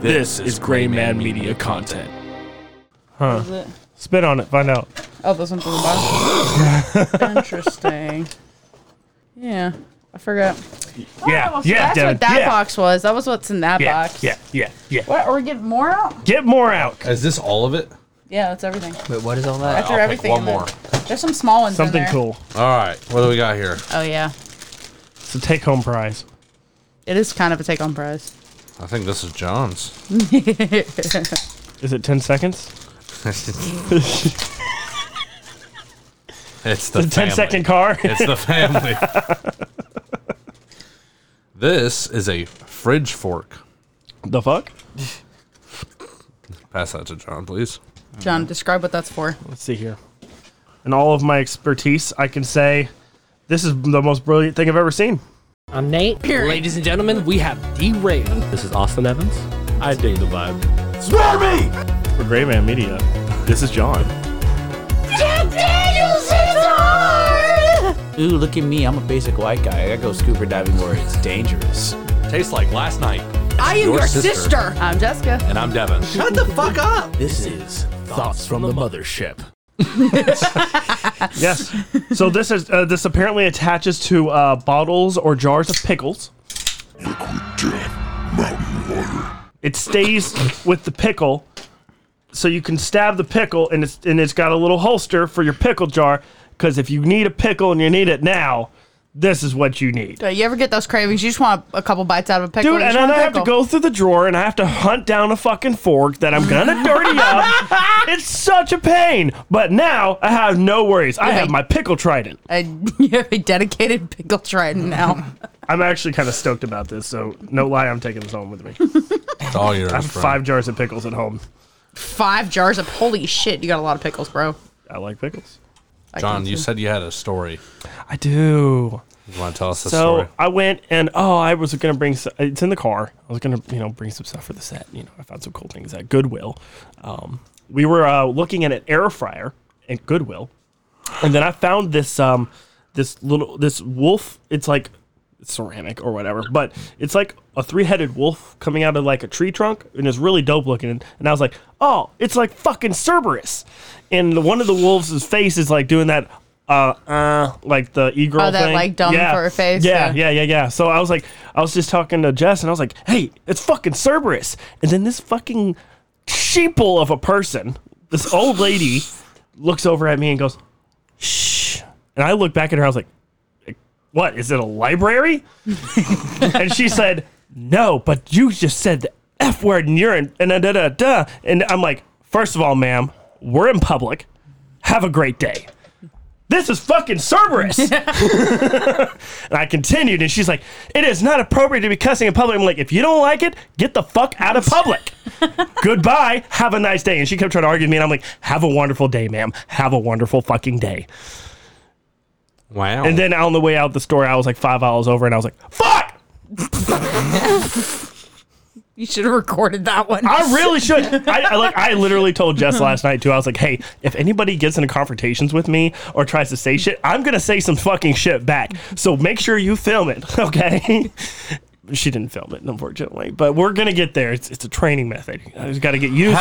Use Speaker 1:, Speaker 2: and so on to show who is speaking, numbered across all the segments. Speaker 1: This is Gray Man Media content.
Speaker 2: Huh.
Speaker 3: Is it?
Speaker 2: Spit on it. Find out.
Speaker 3: Oh, there's something about it. Interesting. Yeah, I forgot.
Speaker 2: Yeah.
Speaker 3: Oh, so
Speaker 2: yeah,
Speaker 3: that's
Speaker 2: Devin.
Speaker 3: what that
Speaker 2: yeah.
Speaker 3: box was. That was what's in that
Speaker 2: yeah.
Speaker 3: box.
Speaker 2: Yeah. Yeah. Yeah.
Speaker 3: What? Are we getting more out?
Speaker 2: Get more out.
Speaker 4: Is this all of it?
Speaker 3: Yeah, that's everything.
Speaker 5: Wait, what is all that?
Speaker 3: After
Speaker 4: I'll pick
Speaker 3: everything.
Speaker 4: one
Speaker 3: in there.
Speaker 4: more.
Speaker 3: There's some small ones. in
Speaker 2: Something
Speaker 3: there.
Speaker 2: cool.
Speaker 4: All right. What do we got here?
Speaker 3: Oh yeah,
Speaker 2: It's a take home prize.
Speaker 3: it is kind of a take-home prize.
Speaker 4: I think this is John's.
Speaker 2: Is it 10 seconds?
Speaker 4: it's
Speaker 2: The
Speaker 4: the
Speaker 2: 10
Speaker 4: family.
Speaker 2: second car?
Speaker 4: It's the family. this is a fridge fork.
Speaker 2: the fuck?
Speaker 4: Pass that to John, please.
Speaker 3: John, describe what that's for.
Speaker 2: Let's see here. In all of my expertise, I can say this is the most brilliant thing I've ever seen.
Speaker 5: I'm Nate. Ladies and gentlemen, we have derailed. This is Austin Evans.
Speaker 6: I dig the vibe.
Speaker 2: For Gray Man Media, this is John.
Speaker 6: Ooh, look at me. I'm a basic white guy. I go scuba diving where it's dangerous. Tastes like last night.
Speaker 3: I am
Speaker 4: Your your sister. sister.
Speaker 3: I'm Jessica.
Speaker 6: And I'm Devin. Shut the fuck up. This is
Speaker 5: Thoughts from the mothership.
Speaker 2: Yes. so this is uh, this apparently attaches to uh, bottles or jars of pickles. It stays with the pickle, so you can stab the pickle, and it's and it's got a little holster for your pickle jar. Because if you need a pickle and you need it now, this is what you need.
Speaker 3: Do you ever get those cravings? You just want a couple bites out of a pickle.
Speaker 2: Dude,
Speaker 3: you
Speaker 2: and
Speaker 3: just
Speaker 2: then
Speaker 3: want a
Speaker 2: I have to
Speaker 3: pickle.
Speaker 2: go through the drawer and I have to hunt down a fucking fork that I'm gonna dirty up. It's such a pain. But now I have no worries. I have
Speaker 3: Right.
Speaker 2: my pickle trident.
Speaker 3: I, you have a dedicated pickle trident now.
Speaker 2: I'm actually kind of stoked about this, so no lie, I'm taking this home with me. I
Speaker 4: It's all yours.
Speaker 2: have
Speaker 4: bro.
Speaker 2: five jars of pickles at home.
Speaker 3: Five jars of holy shit. You got a lot of pickles, bro.
Speaker 2: I like pickles.
Speaker 3: I
Speaker 4: John,
Speaker 3: can
Speaker 4: you
Speaker 3: see.
Speaker 4: said you had a story.
Speaker 2: I do.
Speaker 4: You want to tell us the
Speaker 2: So
Speaker 4: story?
Speaker 2: I went and oh, I was gonna bring. s- It's in the car. I was gonna you know bring some stuff for the set. You know, I found some cool things at Goodwill. Um, we were uh, looking at an air fryer at Goodwill, and then I found this um, this little this wolf. It's like ceramic or whatever, but it's like a three-headed wolf coming out of like a tree trunk, and it's really dope looking. And I was like, oh, it's like fucking Cerberus, and the, one of the wolves' face is like doing that. Uh, uh, like the e-girl
Speaker 3: Oh, that,
Speaker 2: thing.
Speaker 3: like, dumb
Speaker 2: yeah.
Speaker 3: for her face,
Speaker 2: Yeah, yeah,
Speaker 3: yeah.
Speaker 2: yeah, yeah. So I was like, I was just talking to Jess, and I was like, "Hey, it's fucking Cerberus." And then this fucking sheeple of a person, this old lady, looks over at me and goes, "Shh." And I look back at her. I was like, "What? Is it a library?" and she said, "No, but you just said the f word, and you're in and da da da." da." And I'm like, first of all, ma'am, we're in public. Have a great day." This is fucking Cerberus. And I continued, and she's like, "It is not appropriate to be cussing in public." I'm like, "If you don't like it, get the fuck out of public. Goodbye. Have a nice day." And she kept trying to argue with me, and I'm like, "Have a wonderful day, ma'am. Have a wonderful fucking day."
Speaker 4: wow.
Speaker 2: And then on the way out the store, I was like five aisles over, and I was like, "Fuck!
Speaker 3: You should have recorded that one.
Speaker 2: I really should." I, I like, I literally told Jess last night too. I was like, "Hey, if anybody gets into confrontations with me or tries to say shit, I'm gonna say some fucking shit back. So make sure you film it, okay?" she didn't film it, unfortunately. But we're gonna get there. It's, it's a training method. I just got to get used. To,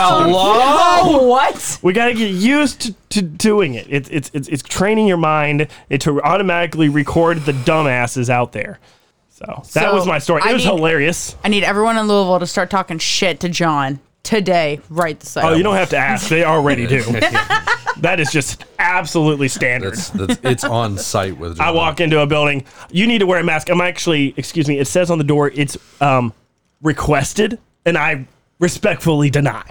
Speaker 4: Hello.
Speaker 3: what?
Speaker 2: we got to get used to, to doing it. It's it's it's, it's training your mind it, to automatically record the dumbasses out there. So that
Speaker 3: So,
Speaker 2: was my story. It
Speaker 3: I
Speaker 2: was
Speaker 3: need-
Speaker 2: hilarious.
Speaker 3: I need everyone in Louisville to start talking shit to John today, right this
Speaker 2: Oh,
Speaker 3: second.
Speaker 2: you don't have to ask. They already do. that is just absolutely standard.
Speaker 4: It's, it's, it's on site with. John.
Speaker 2: I walk into a building. You need to wear a mask. I'm actually, excuse me. It says on the door it's um, requested, and I respectfully deny.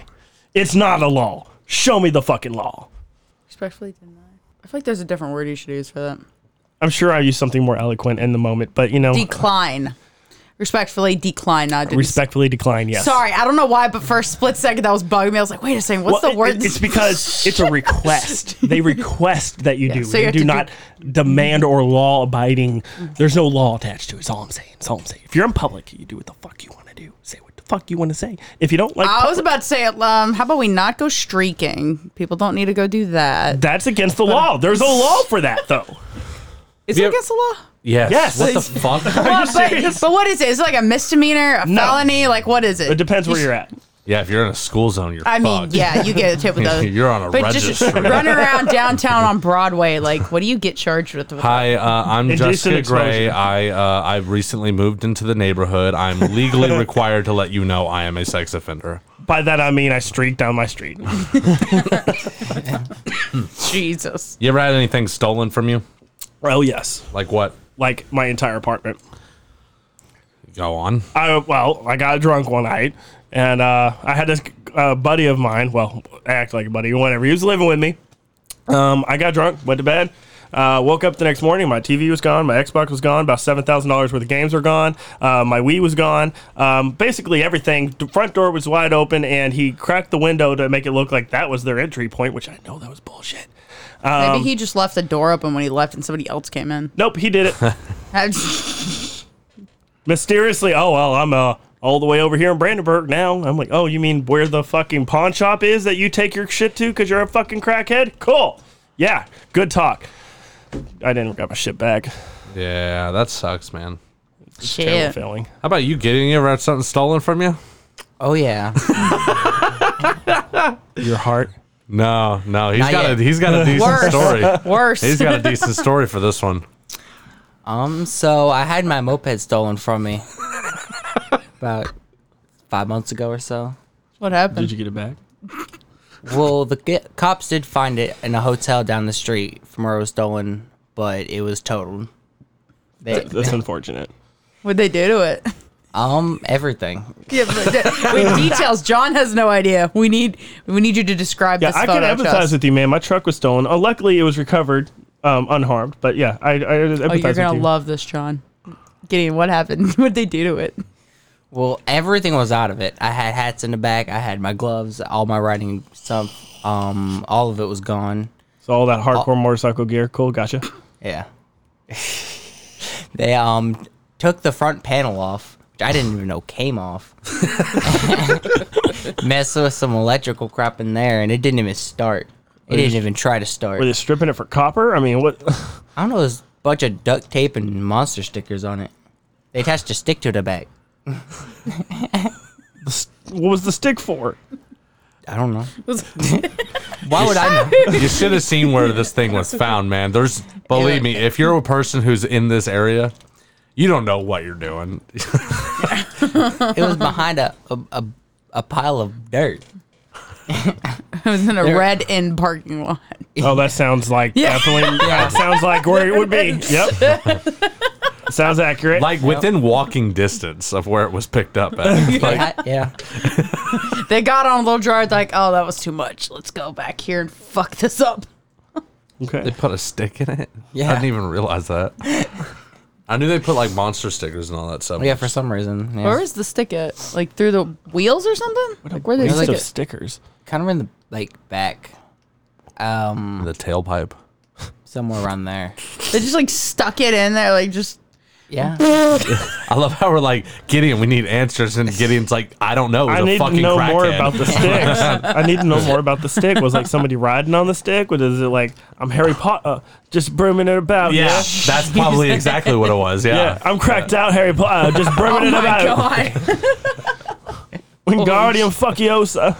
Speaker 2: It's not a law. Show me the fucking law.
Speaker 3: Respectfully deny. I feel like there's a different word you should use for that.
Speaker 2: I'm sure I used something more eloquent in the moment, but you know,
Speaker 3: Decline. Respectfully decline, not to
Speaker 2: respectfully decline. Yes.
Speaker 3: Sorry, I don't know why, but for a split second that was bugging me. I was like, wait a second, what's
Speaker 2: Well, it-
Speaker 3: the word?
Speaker 2: it- it's because it's a request. they request that you do.
Speaker 3: so you
Speaker 2: they
Speaker 3: have
Speaker 2: do
Speaker 3: to
Speaker 2: not demand or law abiding. There's no law attached to it. It's all I'm saying. It's all I'm saying. If you're in public, you do what the fuck you want to do. Say what the fuck you want to say. If you don't like,
Speaker 3: I was
Speaker 2: public-
Speaker 3: about to say, um, how about we not go streaking? People don't need to go do that.
Speaker 2: that's against the law. There's a law for that though.
Speaker 3: Is
Speaker 4: Yeah.
Speaker 3: it against the law?
Speaker 4: Yes.
Speaker 2: Yes.
Speaker 4: What the fuck?
Speaker 2: Are you
Speaker 3: but,
Speaker 2: serious?
Speaker 3: but what is it? Is it like a misdemeanor, a
Speaker 2: No.
Speaker 3: felony? Like what is it?
Speaker 2: It depends where you're at.
Speaker 4: yeah, if you're in a school zone, you're
Speaker 3: I mean,
Speaker 4: fucked.
Speaker 3: yeah, you get a tip with those.
Speaker 4: You're on a
Speaker 3: but
Speaker 4: registry.
Speaker 3: just run around downtown on Broadway. Like, what do you get charged with? with
Speaker 4: Hi, uh, I'm
Speaker 2: Indecent
Speaker 4: Jessica Gray.
Speaker 2: exposure.
Speaker 4: I uh, I've recently moved into the neighborhood. I'm legally required to let you know I am a sex offender.
Speaker 2: By that I mean I streak down my street.
Speaker 3: Jesus.
Speaker 4: You ever had anything stolen from you?
Speaker 2: oh yes,
Speaker 4: Like what?
Speaker 2: like my entire apartment.
Speaker 4: Go on.
Speaker 2: I well, I got drunk one night, and uh, I had this uh, buddy of mine. Well, act like a buddy, whatever. He was living with me. Um, I got drunk, went to bed, uh, woke up the next morning. My TV was gone, my Xbox was gone, about seven thousand dollars worth of games were gone, uh, my Wii was gone. Um, basically everything. The front door was wide open, and he cracked the window to make it look like that was their entry point, which I know that was bullshit. Um,
Speaker 3: Maybe he just left the door open when he left, and somebody else came in.
Speaker 2: Nope, he did it
Speaker 3: That's-
Speaker 2: mysteriously. Oh well, I'm uh. All the way over here in Brandenburg now. I'm like, oh, you mean where the fucking pawn shop is that you take your shit to because you're a fucking crackhead? Cool. Yeah, good talk. I didn't got my shit back.
Speaker 4: Yeah, that sucks, man.
Speaker 2: Terrible
Speaker 3: Shit.
Speaker 2: feeling.
Speaker 4: How about you getting you ever had something stolen from you?
Speaker 6: Oh yeah.
Speaker 2: Your heart.
Speaker 4: No, no. He's
Speaker 6: Not
Speaker 4: got
Speaker 6: yet.
Speaker 4: a he's got a decent
Speaker 6: Worse.
Speaker 4: story.
Speaker 3: Worse.
Speaker 4: He's got a decent story for this one.
Speaker 7: Um, so I had my moped stolen from me about five months ago or so.
Speaker 3: what happened?
Speaker 1: you get it back?
Speaker 7: Well, the g- cops did find it in a hotel down the street from where it was stolen, but it was totaled. They,
Speaker 2: That's unfortunate.
Speaker 3: What'd they do to it?
Speaker 7: um, everything.
Speaker 3: Yeah, but with details, John has no idea. We need we need you to describe
Speaker 2: Yeah,
Speaker 3: this
Speaker 2: I
Speaker 3: photo.
Speaker 2: can
Speaker 3: to us.
Speaker 2: empathize with you, man. My truck was stolen. Oh, luckily, it was recovered um, unharmed. But yeah, I, I empathize
Speaker 3: Oh, you're
Speaker 2: with
Speaker 3: gonna
Speaker 2: you.
Speaker 3: love this, John. Gideon, what happened? What'd they do to it?
Speaker 7: Well, everything was out of it. I had hats in the back. I had my gloves. All my riding stuff. Um, all of it was gone.
Speaker 2: so all that hardcore
Speaker 3: Oh.
Speaker 2: motorcycle gear. Cool, gotcha.
Speaker 7: Yeah. they um took the front panel off, which I didn't even know came off. Messed with some electrical crap in there, and it didn't even start. It didn't even try to start.
Speaker 2: Were they stripping it for copper? I mean, what?
Speaker 7: I don't know. There's a bunch of duct tape and monster stickers on it. They attached a stick to the back.
Speaker 2: What was the stick for?
Speaker 7: I don't know. Why would I know?
Speaker 4: You should have seen where this thing was found, man. There's believe me, if you're a person who's in this area, you don't know what you're doing.
Speaker 7: It was behind a a, a, a pile of dirt.
Speaker 3: It was in a red inn parking lot.
Speaker 2: Oh, that sounds like
Speaker 3: Yeah.
Speaker 2: definitely. That sounds like where it would be. Yep. sounds accurate.
Speaker 4: Like within walking distance of where it was picked up at. Like,
Speaker 7: I- yeah.
Speaker 3: They got on a little drive like, oh, that was too much. Let's go back here and fuck this up.
Speaker 4: They
Speaker 2: okay.
Speaker 4: put a stick in it? I
Speaker 7: Yeah.
Speaker 4: didn't even realize that. I knew they put like monster stickers and all that stuff.
Speaker 7: Yeah, for some reason. Yeah.
Speaker 3: Where is the stick at? Like through the wheels or something? like where they
Speaker 2: Waste
Speaker 3: stick
Speaker 2: of
Speaker 3: it?
Speaker 2: stickers.
Speaker 7: kind of in the like back, um,
Speaker 4: the tailpipe.
Speaker 7: somewhere around there.
Speaker 3: They just like stuck it in there, like just
Speaker 7: Yeah,
Speaker 4: I love how we're like, Gideon, we need answers. And Gideon's like, I don't know. It was
Speaker 2: I
Speaker 4: a
Speaker 2: need to
Speaker 4: fucking
Speaker 2: know
Speaker 4: crackhead.
Speaker 2: more about the sticks. I need to know more about the stick. Was like somebody riding on the stick? Was is it like I'm Harry Potter, just brooming it about?
Speaker 4: Yeah, that's probably exactly what it was. Yeah.
Speaker 2: Yeah, I'm cracked out, Harry Potter, just brooming
Speaker 3: Oh
Speaker 2: it
Speaker 3: my
Speaker 2: about.
Speaker 3: god.
Speaker 2: Wingardium Fuckiosa.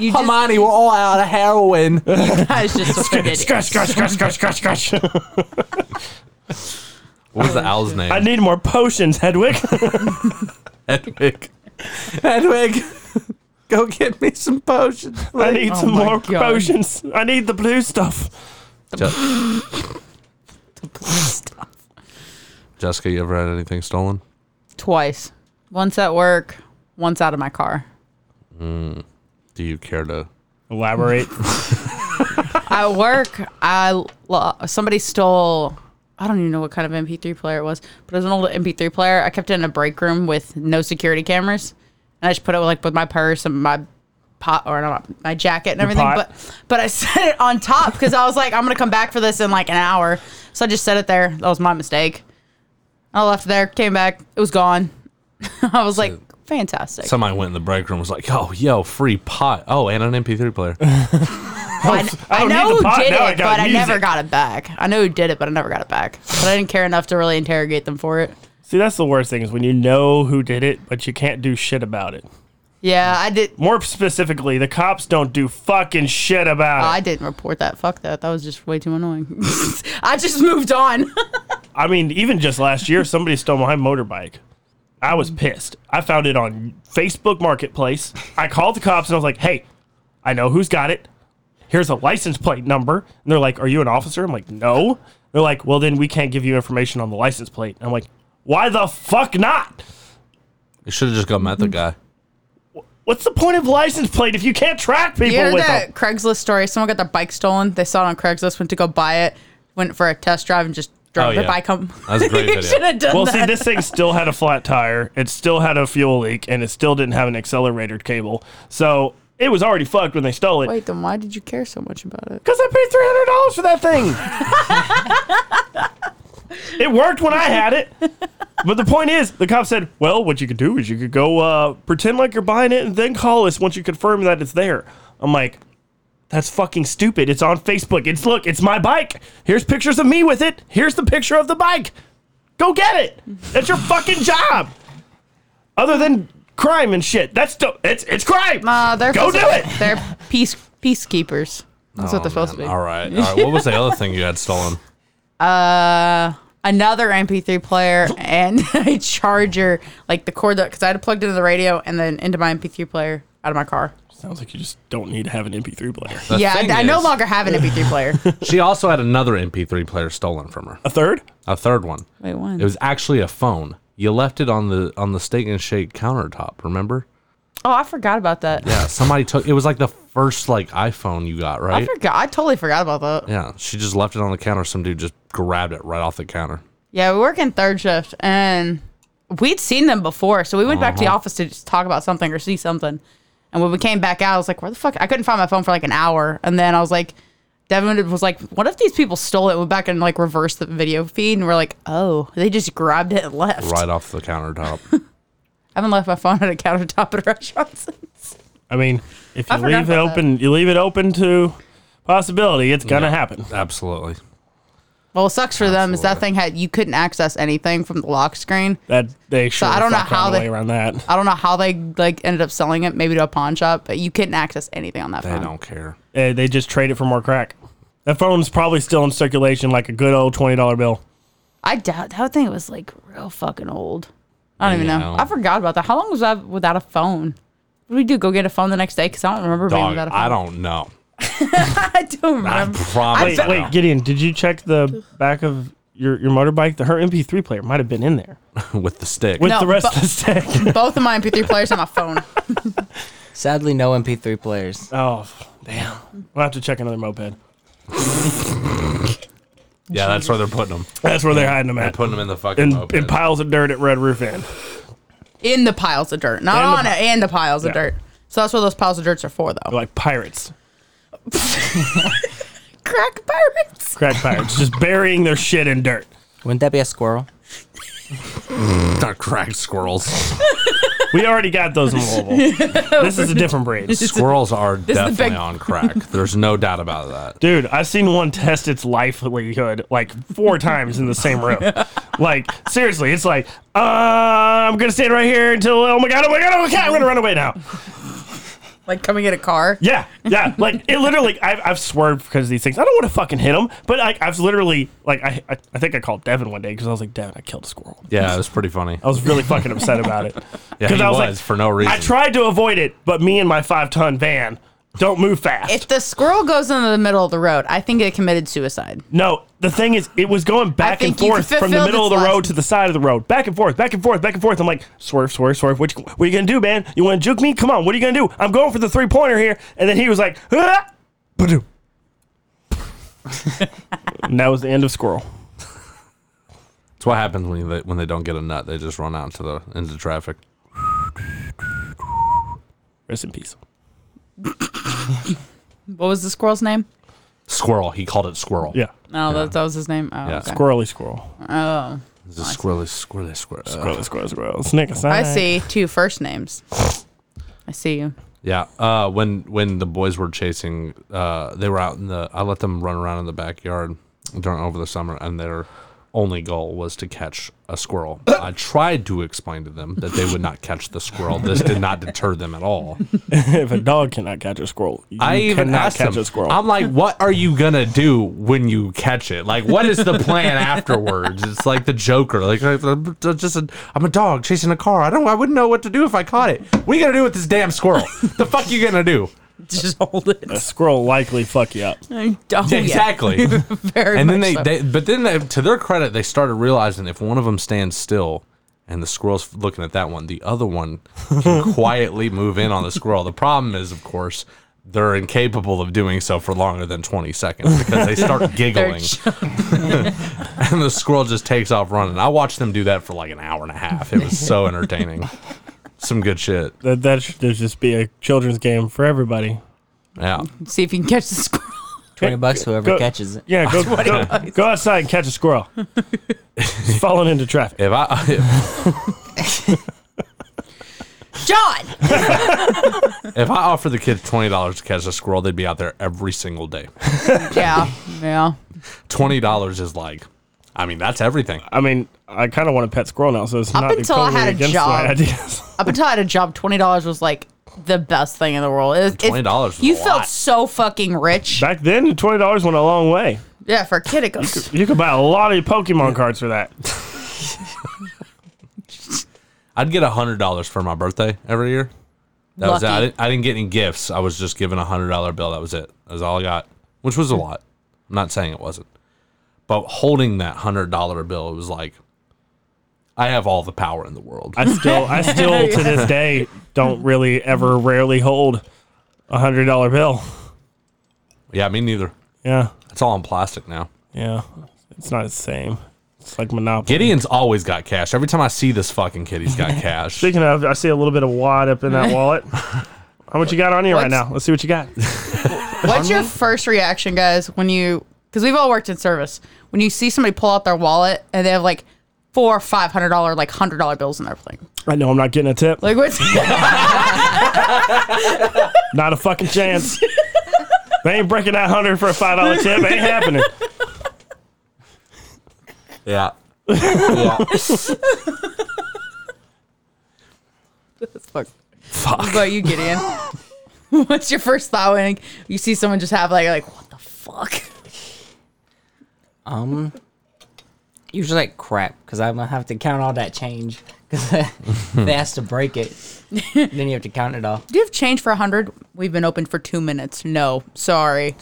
Speaker 3: You just
Speaker 4: Hermione, we're all out of heroin.
Speaker 3: guys just sorted it.
Speaker 2: Scratch, scratch, scratch, scratch, scratch, scratch.
Speaker 4: What was the owl's name?
Speaker 2: I need more potions, Hedwig.
Speaker 4: Edwig. Edwig, go get me some potions.
Speaker 2: I need some
Speaker 3: Oh my
Speaker 2: more
Speaker 3: God.
Speaker 2: potions. I need the blue stuff.
Speaker 4: Je- Jessica, you ever had anything stolen?
Speaker 3: twice. Once at work, once out of my car.
Speaker 4: Do you care to?
Speaker 2: Elaborate.
Speaker 3: at work, I lo- somebody stole. I don't even know what kind of MP3 player it was, but it was an old MP3 player. I kept it in a break room with no security cameras, and I just put it like with my purse and my pot or not, my jacket and everything.
Speaker 2: pot.
Speaker 3: But but I set it on top because I was like, I'm gonna come back for this in like an hour, so I just set it there. That was my mistake. I left it there, came back, it was gone. I was like, fantastic.
Speaker 4: Somebody went in the break room and was like, oh, yo, free pot. Oh, and an MP3 player.
Speaker 3: I, I
Speaker 2: don't need
Speaker 3: know
Speaker 2: the
Speaker 3: who
Speaker 2: pot,
Speaker 3: did
Speaker 2: now I
Speaker 3: it,
Speaker 2: got
Speaker 3: but I
Speaker 2: music.
Speaker 3: never got it back. I know who did it, but I never got it back. But I didn't care enough to really interrogate them for it.
Speaker 2: See, that's the worst thing is when you know who did it, but you can't do shit about it.
Speaker 3: Yeah, I did.
Speaker 2: More specifically, the cops don't do fucking shit about
Speaker 3: I
Speaker 2: it.
Speaker 3: didn't report that. Fuck that. That was just way too annoying. I just moved on.
Speaker 2: I mean, even just last year, somebody stole my motorbike. I was pissed. I found it on Facebook Marketplace. I called the cops and I was like, hey, I know who's got it. Here's a license plate number. And they're like, are you an officer? I'm like, no. They're like, well, then we can't give you information on the license plate. I'm like, why the fuck not?
Speaker 4: You should have just gone met the guy.
Speaker 2: What's the point of license plate if you can't track people
Speaker 3: You heard
Speaker 2: with
Speaker 3: that
Speaker 2: them?
Speaker 3: Craigslist story? Someone got their bike stolen. They saw it on Craigslist, went to go buy it, went for a test drive, and just drove
Speaker 4: Oh,
Speaker 3: their
Speaker 4: yeah.
Speaker 3: bike home.
Speaker 4: That's a great
Speaker 3: you
Speaker 4: video.
Speaker 3: should have done
Speaker 2: Well,
Speaker 3: that.
Speaker 2: see, this thing still had a flat tire. It still had a fuel leak, and it still didn't have an accelerator cable. So it was already fucked when they stole it.
Speaker 3: Wait, then why did you care so much about it?
Speaker 2: Because I paid three hundred dollars for that thing. it worked when I had it. But the point is, the cop said, "Well, what you could do is you could go uh, pretend like you're buying it, and then call us once you confirm that it's there." I'm like, "That's fucking stupid. It's on Facebook. It's look, it's my bike. Here's pictures of me with it. Here's the picture of the bike. Go get it. That's your fucking job. Other than crime and shit, that's do- it's it's crime.
Speaker 3: Uh, they're
Speaker 2: Go do
Speaker 3: supposed-
Speaker 2: it. Oh,
Speaker 3: They're peace peacekeepers. That's what they're supposed to be.
Speaker 4: All right. All right. What was the other thing you had stolen?
Speaker 3: Another MP3 player and a charger, like the cord that because I had it plugged into the radio and then into my MP3 player out of my car.
Speaker 2: Sounds like you just don't need to have an MP3 player.
Speaker 4: The
Speaker 3: yeah, I,
Speaker 4: thing
Speaker 3: I no
Speaker 4: is,
Speaker 3: longer have an MP3 player.
Speaker 4: She also had another MP3 player stolen from her.
Speaker 2: A third."
Speaker 4: A third one.
Speaker 3: Wait, when?
Speaker 4: It was actually a phone. You left it on the on the steak and shake countertop. Remember?
Speaker 3: oh, I forgot about that.
Speaker 4: Yeah. Somebody took. It was like the first like iPhone you got,
Speaker 3: I
Speaker 4: right?
Speaker 3: forgot. I totally forgot about that.
Speaker 4: Yeah. She just left it on the counter. Some dude just grabbed it right off the counter.
Speaker 3: Yeah, we work in third shift, and we'd seen them before, so we went back to
Speaker 4: Uh-huh.
Speaker 3: the office to just talk about something or see something. And when we came back out, I was like, "Where the fuck?" I couldn't find my phone for like an hour, and then I was like, Devin was like, "What if these people stole it?" Went back and like reversed the video feed, and we're like, "Oh, they just grabbed it and left."
Speaker 4: Right off the countertop.
Speaker 3: I haven't left my phone at a countertop at a restaurant. since.
Speaker 2: I mean, if
Speaker 3: I
Speaker 2: you
Speaker 3: forgot
Speaker 2: leave it
Speaker 3: about
Speaker 2: open, you leave it open to possibility. It's gonna happen.
Speaker 4: Absolutely.
Speaker 3: well, what sucks for them is that
Speaker 4: Absolutely.
Speaker 3: thing had you couldn't access anything from the lock screen.
Speaker 2: That they sure.
Speaker 3: I don't
Speaker 2: the
Speaker 3: know
Speaker 2: fuck
Speaker 3: how
Speaker 2: found a
Speaker 3: they-
Speaker 2: way around that.
Speaker 3: I don't know how they like ended up selling it, maybe to a pawn shop, but you couldn't access anything on that
Speaker 4: They
Speaker 3: phone.
Speaker 4: don't care.
Speaker 2: Eh, they just trade it for more crack. That phone's probably still in circulation, like a good old twenty dollar bill.
Speaker 3: I doubt that thing was like real fucking old. I don't even know.
Speaker 4: Yeah.
Speaker 3: I forgot about that. How long was I without a phone? What did we do? Go get a phone the next day? Because I don't remember being
Speaker 4: Dog.
Speaker 3: without a phone.
Speaker 4: I don't know.
Speaker 3: I don't
Speaker 4: I
Speaker 3: remember.
Speaker 4: promise.
Speaker 2: Wait, wait, Gideon, did you check the back of your your motorbike? The her MP3 player might have been in there
Speaker 4: With the stick.
Speaker 2: with
Speaker 3: No,
Speaker 2: the rest
Speaker 3: but-
Speaker 2: of the stick.
Speaker 3: Both of my MP3 players and my phone.
Speaker 7: Sadly, no MP3 players.
Speaker 2: oh, damn! We'll have to check another moped.
Speaker 4: yeah, that's where they're putting them.
Speaker 2: That's where they're hiding them
Speaker 4: They're
Speaker 2: at.
Speaker 4: putting them in the fucking
Speaker 2: in,
Speaker 4: moped.
Speaker 2: in piles of dirt at Red Roof Inn.
Speaker 3: In the piles of dirt. Not
Speaker 2: And the
Speaker 3: on it, and the piles of
Speaker 2: Yeah.
Speaker 3: dirt. So that's what those piles of dirts are for, though.
Speaker 2: They're like pirates,
Speaker 3: Crack pirates.
Speaker 2: crack pirates, just burying their shit in dirt.
Speaker 7: Wouldn't that be a squirrel?
Speaker 4: Not cracked squirrels.
Speaker 2: We already got those in Louisville. this is a different breed.
Speaker 4: squirrels are
Speaker 3: is the
Speaker 4: definitely
Speaker 3: big-
Speaker 4: on crack. There's no doubt about that.
Speaker 2: Dude, I've seen one test its livelihood like four times in the same room. Like, seriously, it's like, uh, I'm going to stand right here until, oh my God, oh my God, oh my God, I'm going to run away now.
Speaker 3: Like coming in a car.
Speaker 2: Yeah, yeah. Like, it literally, I've, I've swerved because of these things. I don't want to fucking hit them, but like, I've literally, like, I, I, I think I called Devin one day because I was like, Devin, I killed a squirrel.
Speaker 4: Yeah, it was pretty funny.
Speaker 2: I was really fucking upset about it.
Speaker 4: Yeah,
Speaker 2: 'Cause
Speaker 4: he
Speaker 2: I
Speaker 4: was, for no reason.
Speaker 2: I tried to avoid it, but me and my five ton van don't move fast.
Speaker 3: If the squirrel goes into the middle of the road, I think it committed suicide.
Speaker 2: No, the thing is, it was going back and
Speaker 3: think you
Speaker 2: forth
Speaker 3: could
Speaker 2: from the
Speaker 3: fulfill
Speaker 2: middle of the
Speaker 3: this
Speaker 2: road
Speaker 3: last-
Speaker 2: to the side of the road, back and forth, back and forth, back and forth. I'm like, swerve, swerve, swerve. What you, what you gonna do, man? You want to juke me? Come on, what are you gonna do? I'm going for the three pointer here. And then he was like, ah! Ba-doom. and that was the end of Squirrel.
Speaker 4: That's what happens when they, when they don't get a nut. They just run out into the into traffic.
Speaker 2: Rest in peace.
Speaker 3: What was the squirrel's name?
Speaker 4: Squirrel. He called it squirrel.
Speaker 2: Yeah,
Speaker 3: No, that, that was his name. Oh,
Speaker 4: Yeah.
Speaker 3: okay.
Speaker 2: squirrely squirrel.
Speaker 3: oh.
Speaker 4: It's a squirrely, squirrely, squirrel.
Speaker 2: Squirrely squirrel, squirrel. Snick aside.
Speaker 3: I see two first names. I see you.
Speaker 4: Yeah. Uh, when when the boys were chasing, uh, they were out in the. I let them run around in the backyard during over the summer, and their only goal was to catch a squirrel. I tried to explain to them that they would not catch the squirrel. This did not deter them at all.
Speaker 2: if a dog cannot catch a squirrel, you
Speaker 4: I even
Speaker 2: cannot
Speaker 4: asked
Speaker 2: catch
Speaker 4: them.
Speaker 2: a squirrel.
Speaker 4: I'm like, what are you gonna do when you catch it? Like, what is the plan afterwards? It's like the Joker. Like, I- I'm just a, I'm a dog chasing a car. I don't. I wouldn't know what to do if I caught it. What are you gonna do with this damn squirrel? the fuck you gonna do?
Speaker 3: Just hold it.
Speaker 2: a squirrel likely fuck you up.
Speaker 3: Don't
Speaker 4: Yeah, exactly.
Speaker 3: Very
Speaker 4: and then
Speaker 3: much
Speaker 4: they,
Speaker 3: so.
Speaker 4: they but then they, to their credit they started realizing if one of them stands still and the squirrel's looking at that one the other one can quietly move in on the squirrel the problem is of course they're incapable of doing so for longer than 20 seconds because they start giggling and the squirrel just takes off running i watched them do that for like an hour and a half it was so entertaining some good shit
Speaker 2: That that should there'd just be a children's game for everybody.
Speaker 4: yeah
Speaker 3: See if you can catch the squirrel.
Speaker 7: Twenty bucks, whoever
Speaker 2: Go-
Speaker 7: catches it.
Speaker 2: Yeah, go go, go outside and catch a squirrel. It's falling into traffic.
Speaker 4: if i if,
Speaker 3: John!
Speaker 4: if i offered the kids $20 to catch a squirrel they'd be out there every single day
Speaker 3: yeah, yeah.
Speaker 4: twenty dollars is like, I mean, that's everything.
Speaker 2: I mean, I kind of want a pet squirrel now, so it's
Speaker 3: Up
Speaker 2: not
Speaker 3: until I
Speaker 2: totally
Speaker 3: had a
Speaker 2: against
Speaker 3: job.
Speaker 2: my ideas.
Speaker 3: Up until I had a job, $20 was like the best thing in the world. It was- if-
Speaker 4: $20 was
Speaker 3: You
Speaker 4: a
Speaker 3: felt
Speaker 4: lot.
Speaker 3: so fucking rich.
Speaker 2: Back then, twenty dollars went a long way.
Speaker 3: yeah, for a kid, it goes.
Speaker 2: You could buy a lot of Pokemon cards for that.
Speaker 4: I'd get hundred dollars for my birthday every year. That was it. I
Speaker 3: Lucky.
Speaker 4: didn't, I didn't get any gifts. I was just given a hundred dollar bill. That was it. That was all I got, which was a lot. I'm not saying it wasn't, but holding that hundred dollar bill, it was like, I have all the power in the world.
Speaker 2: I still, I still to this day don't really ever rarely hold a hundred dollar bill.
Speaker 4: yeah, me neither.
Speaker 2: Yeah,
Speaker 4: It's all in plastic now.
Speaker 2: yeah, it's not the same. It's like Monopoly.
Speaker 4: Gideon's always got cash. Every time I see this fucking kid, he's got cash.
Speaker 2: Speaking of, I see a little bit of wad up in that wallet. How much you got on you right
Speaker 3: What's-
Speaker 2: now? Let's see what you got.
Speaker 3: What's your first reaction, guys, when you, because we've all worked in service, when you see somebody pull out their wallet and they have like four or five hundred dollar, like hundred dollar bills in their plate?
Speaker 2: I know I'm not getting a tip.
Speaker 3: Like, what's.
Speaker 2: Not a fucking chance. they ain't breaking that hundred for a five dollar tip. Ain't happening.
Speaker 4: Yeah. yeah.
Speaker 3: What about you, Gideon? What's your first thought when like, you see someone just have like, you're like what the fuck?
Speaker 7: Um, usually like crap because I'm gonna have to count all that change because they has to break it. then you have to count it all.
Speaker 3: Do you have change for a hundred? We've been open for two minutes. No, sorry.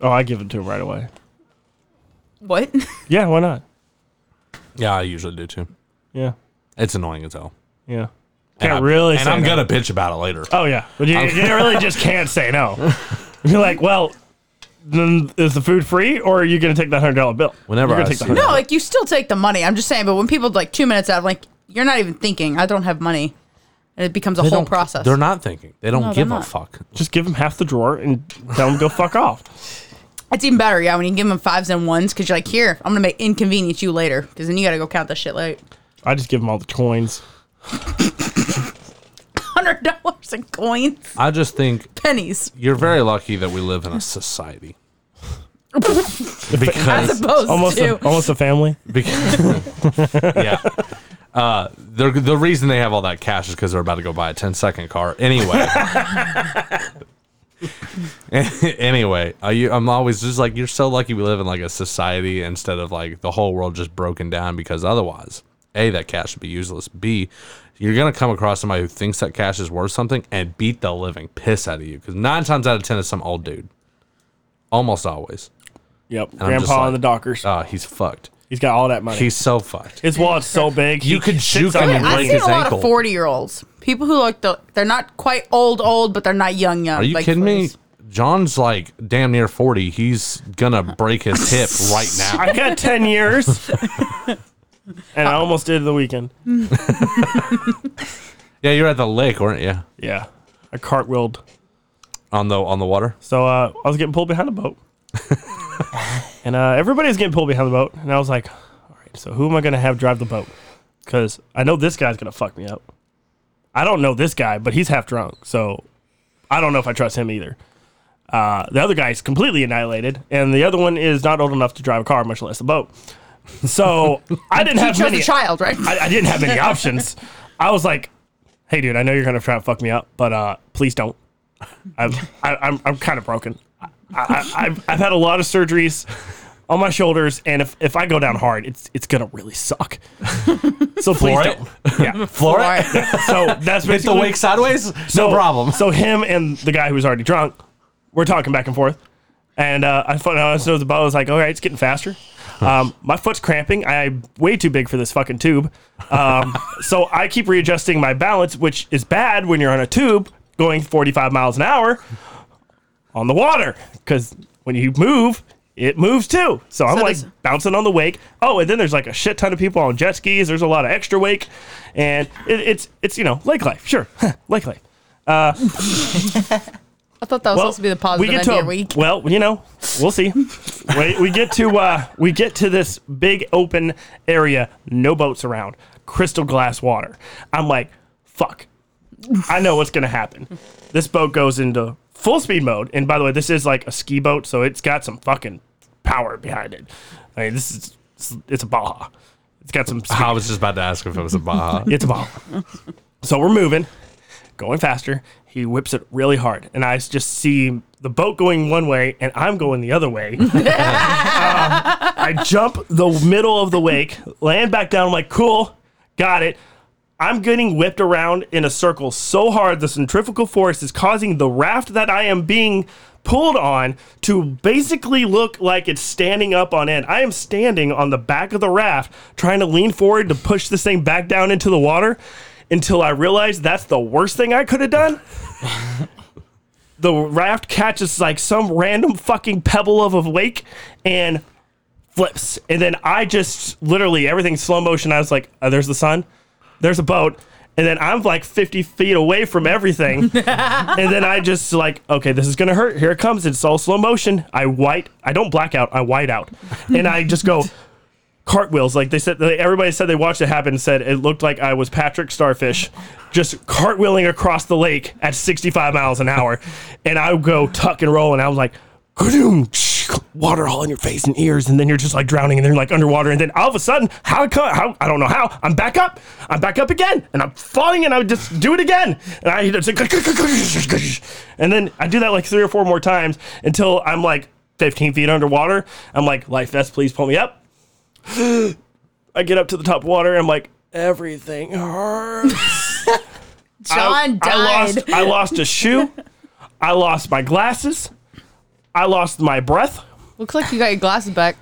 Speaker 2: Oh, I give it to him right away.
Speaker 3: What?
Speaker 2: Yeah, why not?
Speaker 4: Yeah, I usually do too.
Speaker 2: Yeah,
Speaker 4: It's annoying as hell.
Speaker 2: yeah.
Speaker 4: And
Speaker 2: Can't
Speaker 4: I'm-
Speaker 2: really.
Speaker 4: And
Speaker 2: say
Speaker 4: I'm
Speaker 2: no.
Speaker 4: gonna bitch about it later.
Speaker 2: Oh yeah, but you, you really just can't say no. You're like, well, then is the food free, or are you gonna take that hundred dollar bill?
Speaker 4: Whenever
Speaker 2: You're gonna
Speaker 4: I
Speaker 2: take the
Speaker 4: see-
Speaker 3: no, like you still take the money. I'm just saying. But when people like two minutes out, I'm like you're not even thinking. I don't have money, and it becomes a whole
Speaker 4: don't-
Speaker 3: process.
Speaker 4: They're not thinking. They don't
Speaker 3: No, they're
Speaker 4: give a
Speaker 3: not.
Speaker 4: fuck.
Speaker 2: Just give him half the drawer and tell him go fuck off.
Speaker 3: It's even better, yeah, when you give them fives and ones because you're like, here, I'm gonna make inconvenience you later because then you gotta go count this shit like
Speaker 2: I just give him all the coins.
Speaker 3: hundred dollars in coins,
Speaker 4: I just think
Speaker 3: pennies,
Speaker 4: you're very lucky that we live in a society.
Speaker 3: as
Speaker 4: because,
Speaker 3: opposed
Speaker 2: Almost,
Speaker 3: to
Speaker 2: a, almost a family.
Speaker 4: because yeah. Uh, they're- the reason they have all that cash is because they're about to go buy a 10 second car. Anyway. anyway, are you, I'm always just like, you're so lucky we live in like a society instead of like the whole world just broken down because otherwise, A, that cash would be useless. B, you're going to come across somebody who thinks that cash is worth something and beat the living piss out of you because nine times out of 10 is some old dude. Almost always.
Speaker 2: Yep,
Speaker 4: I'm just
Speaker 2: Grandpa
Speaker 4: like-
Speaker 2: and the Dockers.
Speaker 4: Uh, he's fucked.
Speaker 2: He's got all that money.
Speaker 4: He's so fucked.
Speaker 2: his wallet's so big.
Speaker 4: You
Speaker 2: he
Speaker 4: could
Speaker 2: sits
Speaker 4: juke
Speaker 2: on
Speaker 4: him
Speaker 2: it.
Speaker 4: and
Speaker 3: I've
Speaker 4: break
Speaker 3: seen
Speaker 4: his
Speaker 3: a lot
Speaker 4: ankle.
Speaker 3: of forty year olds. People who look the, they're not quite old old, but they're not young young.
Speaker 4: Are you
Speaker 3: like
Speaker 4: kidding me?
Speaker 3: 40s.
Speaker 4: John's like damn near 40. He's gonna break his hip right now.
Speaker 2: I got ten years, and I almost did the weekend.
Speaker 4: Yeah, you're at the lake, weren't you?
Speaker 2: Yeah, I cartwheeled.
Speaker 4: On the on the water.
Speaker 2: So uh, I was getting pulled behind the boat, and uh, everybody was getting pulled behind the boat, and I was like, "All right, so who am I gonna have drive the boat? Because I know this guy's gonna fuck me up. I don't know this guy, but he's half drunk, so I don't know if I trust him either. Uh, the other guy's completely annihilated, and the other one is not old enough to drive a car, much less a boat. So I didn't
Speaker 3: He
Speaker 2: have
Speaker 3: chose
Speaker 2: many.
Speaker 3: a child, right?
Speaker 2: I, I didn't have many options. I was like, "Hey, dude, I know you're gonna try to fuck me up, but uh, please don't. I'm I, I'm, I'm kind of broken. I, I, I've I've had a lot of surgeries on my shoulders, and if, if I go down hard, it's it's gonna really suck. So please
Speaker 4: Floor it?
Speaker 2: don't. Yeah.
Speaker 4: Floor it?
Speaker 2: So that's
Speaker 4: Hit the
Speaker 2: basically
Speaker 4: wake sideways? No problem.
Speaker 2: So him and the guy who's already drunk, we're talking back and forth, and uh, I found out so the boat was like, all right, it's getting faster. Um, my foot's cramping. I'm way too big for this fucking tube. Um, so I keep readjusting my balance, which is bad when you're on a tube going 45 miles an hour on the water because when you move, it moves too. So I'm
Speaker 3: So
Speaker 2: like
Speaker 3: this-
Speaker 2: bouncing on the wake. Oh, and then there's like a shit ton of people on jet skis. There's a lot of extra wake, and it, it's it's you know lake life. Sure, lake life.
Speaker 3: I thought that was supposed to be the positive end of
Speaker 2: to
Speaker 3: your week.
Speaker 2: Well, you know, we'll see. we, we get to uh, we get to this big open area, no boats around, crystal glass water. I'm like, fuck. I know what's gonna happen. This boat goes into full speed mode, and by the way, this is like a ski boat, so it's got some fucking power behind it. I mean, this is it's, it's a Baja. It's got some.
Speaker 4: I was just about to ask if it was a Baja.
Speaker 2: It's a bomb. so we're moving, going faster. He whips it really hard, and I s- just see the boat going one way, and I'm going the other way. Um, I jump the middle of the wake, land back down. I'm like, cool, got it. I'm getting whipped around in a circle so hard the centrifugal force is causing the raft that I am being pulled on to basically look like it's standing up on end. I am standing on the back of the raft trying to lean forward to push this thing back down into the water until I realize that's the worst thing I could have done. the raft catches like some random fucking pebble of a wake and flips. And then I just literally everything's slow motion. I was like, oh, there's the sun there's a boat and then i'm like 50 feet away from everything and then i just like okay this is gonna hurt here it comes it's all slow motion i white i don't black out i white out and i just go cartwheels like they said they, everybody said they watched it happen and said it looked like i was patrick starfish just cartwheeling across the lake at 65 miles an hour and i would go tuck and roll and i was like "Kadoom," water all in your face and ears and then you're just like drowning and then you're like underwater and then all of a sudden how I come how I don't know how I'm back up I'm back up again and I'm falling and I would just do it again and I it's like, and then I do that like three or four more times until I'm like 15 feet underwater I'm like life vest please pull me up I get up to the top of water and I'm like everything hurts
Speaker 3: John died.
Speaker 2: I lost, I lost a shoe I lost my glasses I lost my breath
Speaker 3: Looks like you got your glasses back.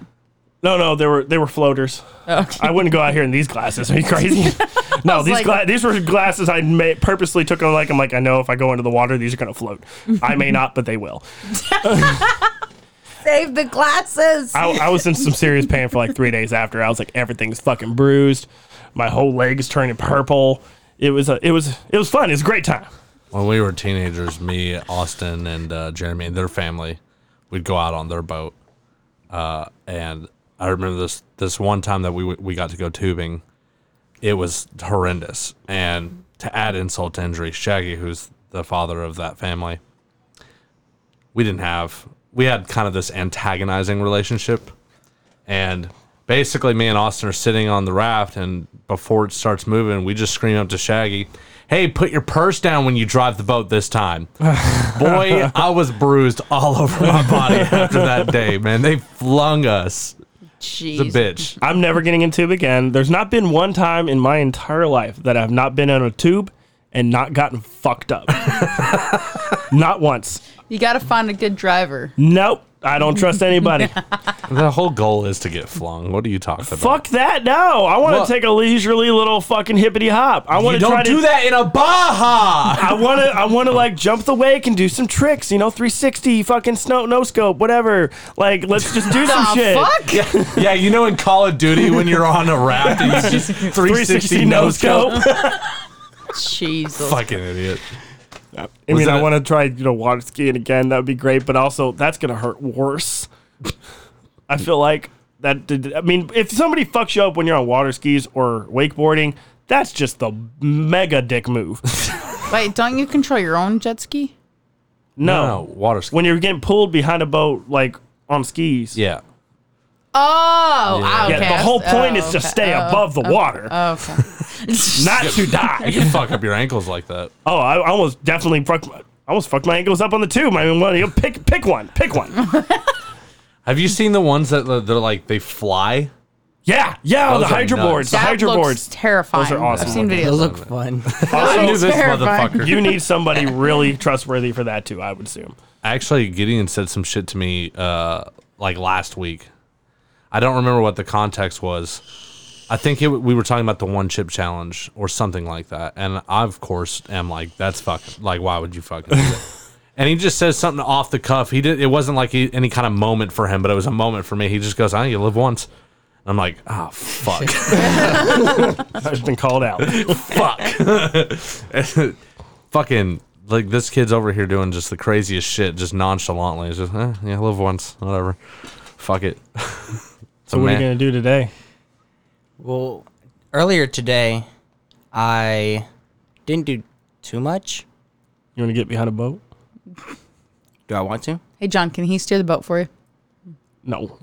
Speaker 2: No, no, they were they were floaters. I wouldn't go out here in these glasses. Are you crazy? no, these
Speaker 3: like-
Speaker 2: gla- these were glasses I ma- purposely took. on like I'm like I know if I go into the water, these are gonna float. I may not, but they will.
Speaker 3: Save the glasses.
Speaker 2: I, I was in some serious pain for like three days after. I was like everything's fucking bruised. My whole leg's turning purple. It was a, it was it was fun. It was a great time.
Speaker 4: When we were teenagers, me, Austin, and uh, Jeremy and their family, we'd go out on their boat. Uh, and I remember this this one time that we w- we got to go tubing. It was horrendous. And to add insult to injury, Shaggy, who's the father of that family, we didn't have we had kind of this antagonizing relationship. And basically, me and Austin are sitting on the raft, and before it starts moving, we just scream up to Shaggy, "Hey, put your purse down when you drive the boat this time." Boy, I was bruised all over my body after that day, man. They flung us,
Speaker 3: Jeez.
Speaker 4: the bitch.
Speaker 2: I'm never getting in tube again. There's not been one time in my entire life that I've not been in a tube and not gotten fucked up. not once.
Speaker 3: You got to find a good driver.
Speaker 2: Nope. I don't trust anybody.
Speaker 4: The whole goal is to get flung. What are you talking about?
Speaker 2: Fuck that. No. I want
Speaker 4: What?
Speaker 2: to take a leisurely little fucking hippity hop. I want
Speaker 4: You
Speaker 2: to try
Speaker 4: don't
Speaker 2: to
Speaker 4: do that in a Baja.
Speaker 2: I want to I want to like jump the wake and do some tricks, you know, 360 fucking snow no scope, whatever. Like let's just do some
Speaker 3: Ah,
Speaker 2: shit.
Speaker 3: fuck.
Speaker 4: yeah, you know, in Call of Duty, when you're on a raft and you just 360 no scope.
Speaker 3: Jesus.
Speaker 4: Fucking idiot.
Speaker 2: I
Speaker 4: Was
Speaker 2: mean, I
Speaker 4: that-
Speaker 2: want to try, you know, water skiing again. That would be great, but also that's going to hurt worse. I feel like that did, I mean, if somebody fucks you up when you're on water skis or wakeboarding, That's just the mega dick move.
Speaker 3: Wait, don't you control your own jet ski?
Speaker 2: No.
Speaker 4: water ski.
Speaker 2: When you're getting pulled behind a boat, like on skis.
Speaker 4: yeah.
Speaker 3: Oh, ah,
Speaker 2: Yeah,
Speaker 3: okay.
Speaker 2: the whole point is to
Speaker 3: okay.
Speaker 2: stay
Speaker 3: Oh,
Speaker 2: above the
Speaker 3: okay.
Speaker 2: water,
Speaker 3: Oh, okay.
Speaker 2: not to
Speaker 4: You
Speaker 2: die.
Speaker 4: can fuck up your ankles like that.
Speaker 2: Oh, I I almost definitely fucked. My, I almost fucked my ankles up on the tube. I mean, well, you pick pick one, pick one.
Speaker 4: Have you seen the ones that they're like they fly?
Speaker 2: Yeah, yeah.
Speaker 4: Those
Speaker 2: the
Speaker 4: are
Speaker 2: hydro
Speaker 4: nuts.
Speaker 2: boards, the
Speaker 3: That
Speaker 2: hydro
Speaker 3: looks
Speaker 2: boards.
Speaker 3: terrifying.
Speaker 2: Those are awesome
Speaker 3: I've seen
Speaker 2: looking.
Speaker 3: videos.
Speaker 7: They look fun.
Speaker 4: I knew
Speaker 2: Also,
Speaker 4: this
Speaker 3: terrifying.
Speaker 4: motherfucker.
Speaker 2: you need somebody really trustworthy for that too. I would assume.
Speaker 4: Actually, Gideon said some shit to me uh, like last week. I don't remember what the context was. I think it, we were talking about the one chip challenge or something like that. And I, of course, am like, that's fucking, like, why would you fucking do that? and he just says something off the cuff. He did, it wasn't like he, any kind of moment for him, but it was a moment for me. He just goes, I think you live once. And I'm like, oh, fuck.
Speaker 2: I've been called out.
Speaker 4: fuck. Fucking like this kid's over here doing just the craziest shit, just nonchalantly. It's just eh, yeah, live once, whatever. Fuck it.
Speaker 2: So what are you gonna do today?
Speaker 7: Well, earlier today, I didn't do too much.
Speaker 2: You want to get behind a boat?
Speaker 7: Do I want to?
Speaker 3: Hey, John, can he steer the boat for you?
Speaker 2: No.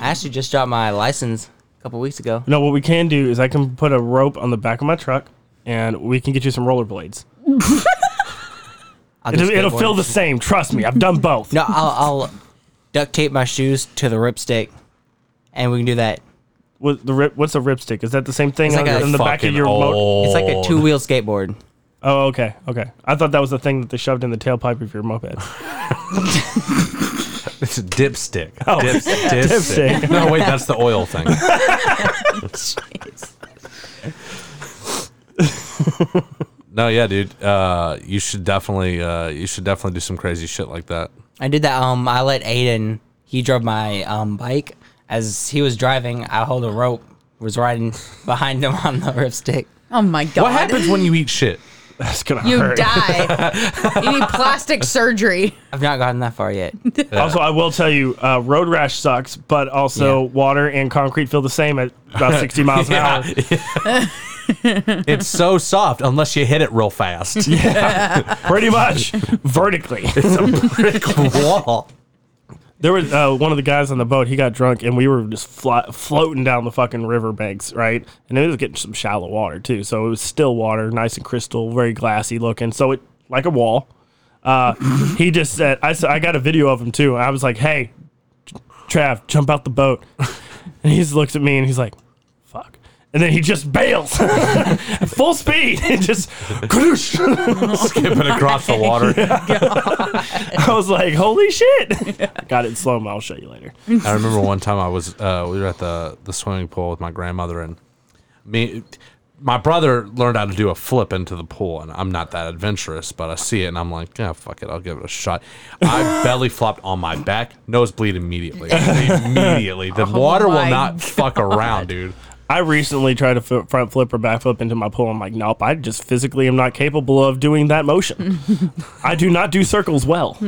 Speaker 7: I actually just got my license a couple weeks ago.
Speaker 2: No. What we can do is I can put a rope on the back of my truck, and we can get you some rollerblades.
Speaker 7: I'll
Speaker 2: It'll,
Speaker 7: do
Speaker 2: it'll
Speaker 7: skateboarding.
Speaker 2: feel the same. Trust me. I've done both.
Speaker 7: No, I'll, I'll duct tape my shoes to the ripstick, and we can do that.
Speaker 2: What the rip, what's a ripstick? Is that the same thing
Speaker 7: It's like
Speaker 2: on,
Speaker 7: a
Speaker 2: in the back of
Speaker 4: Fucking
Speaker 2: your motor?
Speaker 4: old.
Speaker 7: It's like a two wheel skateboard.
Speaker 2: Oh, okay, okay. I thought that was the thing that they shoved in the tailpipe of your moped.
Speaker 4: It's a dipstick. Oh, dipstick.
Speaker 2: Dipstick.
Speaker 4: no, wait, that's the oil thing. no, yeah, dude. Uh, you should definitely, uh, you should definitely do some crazy shit like that.
Speaker 7: I did that. Um, I let Aiden. He drove my um bike as he was driving. I hold a rope. Was riding behind him on the ripstick.
Speaker 3: Oh my god.
Speaker 4: What happens when you eat shit?
Speaker 2: That's gonna
Speaker 3: You
Speaker 2: hurt.
Speaker 3: die. you need plastic surgery.
Speaker 7: I've not gotten that far yet.
Speaker 2: Also, I will tell you, uh, road rash sucks, but also
Speaker 7: Yeah.
Speaker 2: water and concrete feel the same at about sixty miles an hour.
Speaker 4: it's so soft unless you hit it real fast.
Speaker 2: Pretty much vertically.
Speaker 7: Wall.
Speaker 2: There was uh, one of the guys on the boat. He got drunk, and we were just fly- floating down the fucking riverbanks, right? And it was getting some shallow water too, so it was still water, nice and crystal, very glassy looking. So it like a wall. Uh, he just said, "I s- I got a video of him too." I was like, "Hey, Trav, jump out the boat," and he just looks at me and he's like, "Fuck." And then he just bails at full speed and just kadoosh.
Speaker 4: Skipping across the water.
Speaker 2: I was like, holy shit. Got it in slow mo. I'll show you later.
Speaker 4: I remember one time I was uh, we were at the the swimming pool with my grandmother and me. My brother learned how to do a flip into the pool, and I'm not that adventurous, but I see it and I'm like, yeah, fuck it, I'll give it a shot. I belly flopped on my back, nosebleed immediately. immediately.
Speaker 2: Oh
Speaker 4: The water will
Speaker 3: my
Speaker 4: not fuck around, dude.
Speaker 2: I recently tried to f- front flip or back flip into my pool. I'm like, nope, I just physically am not capable of doing that motion. I do not do circles well.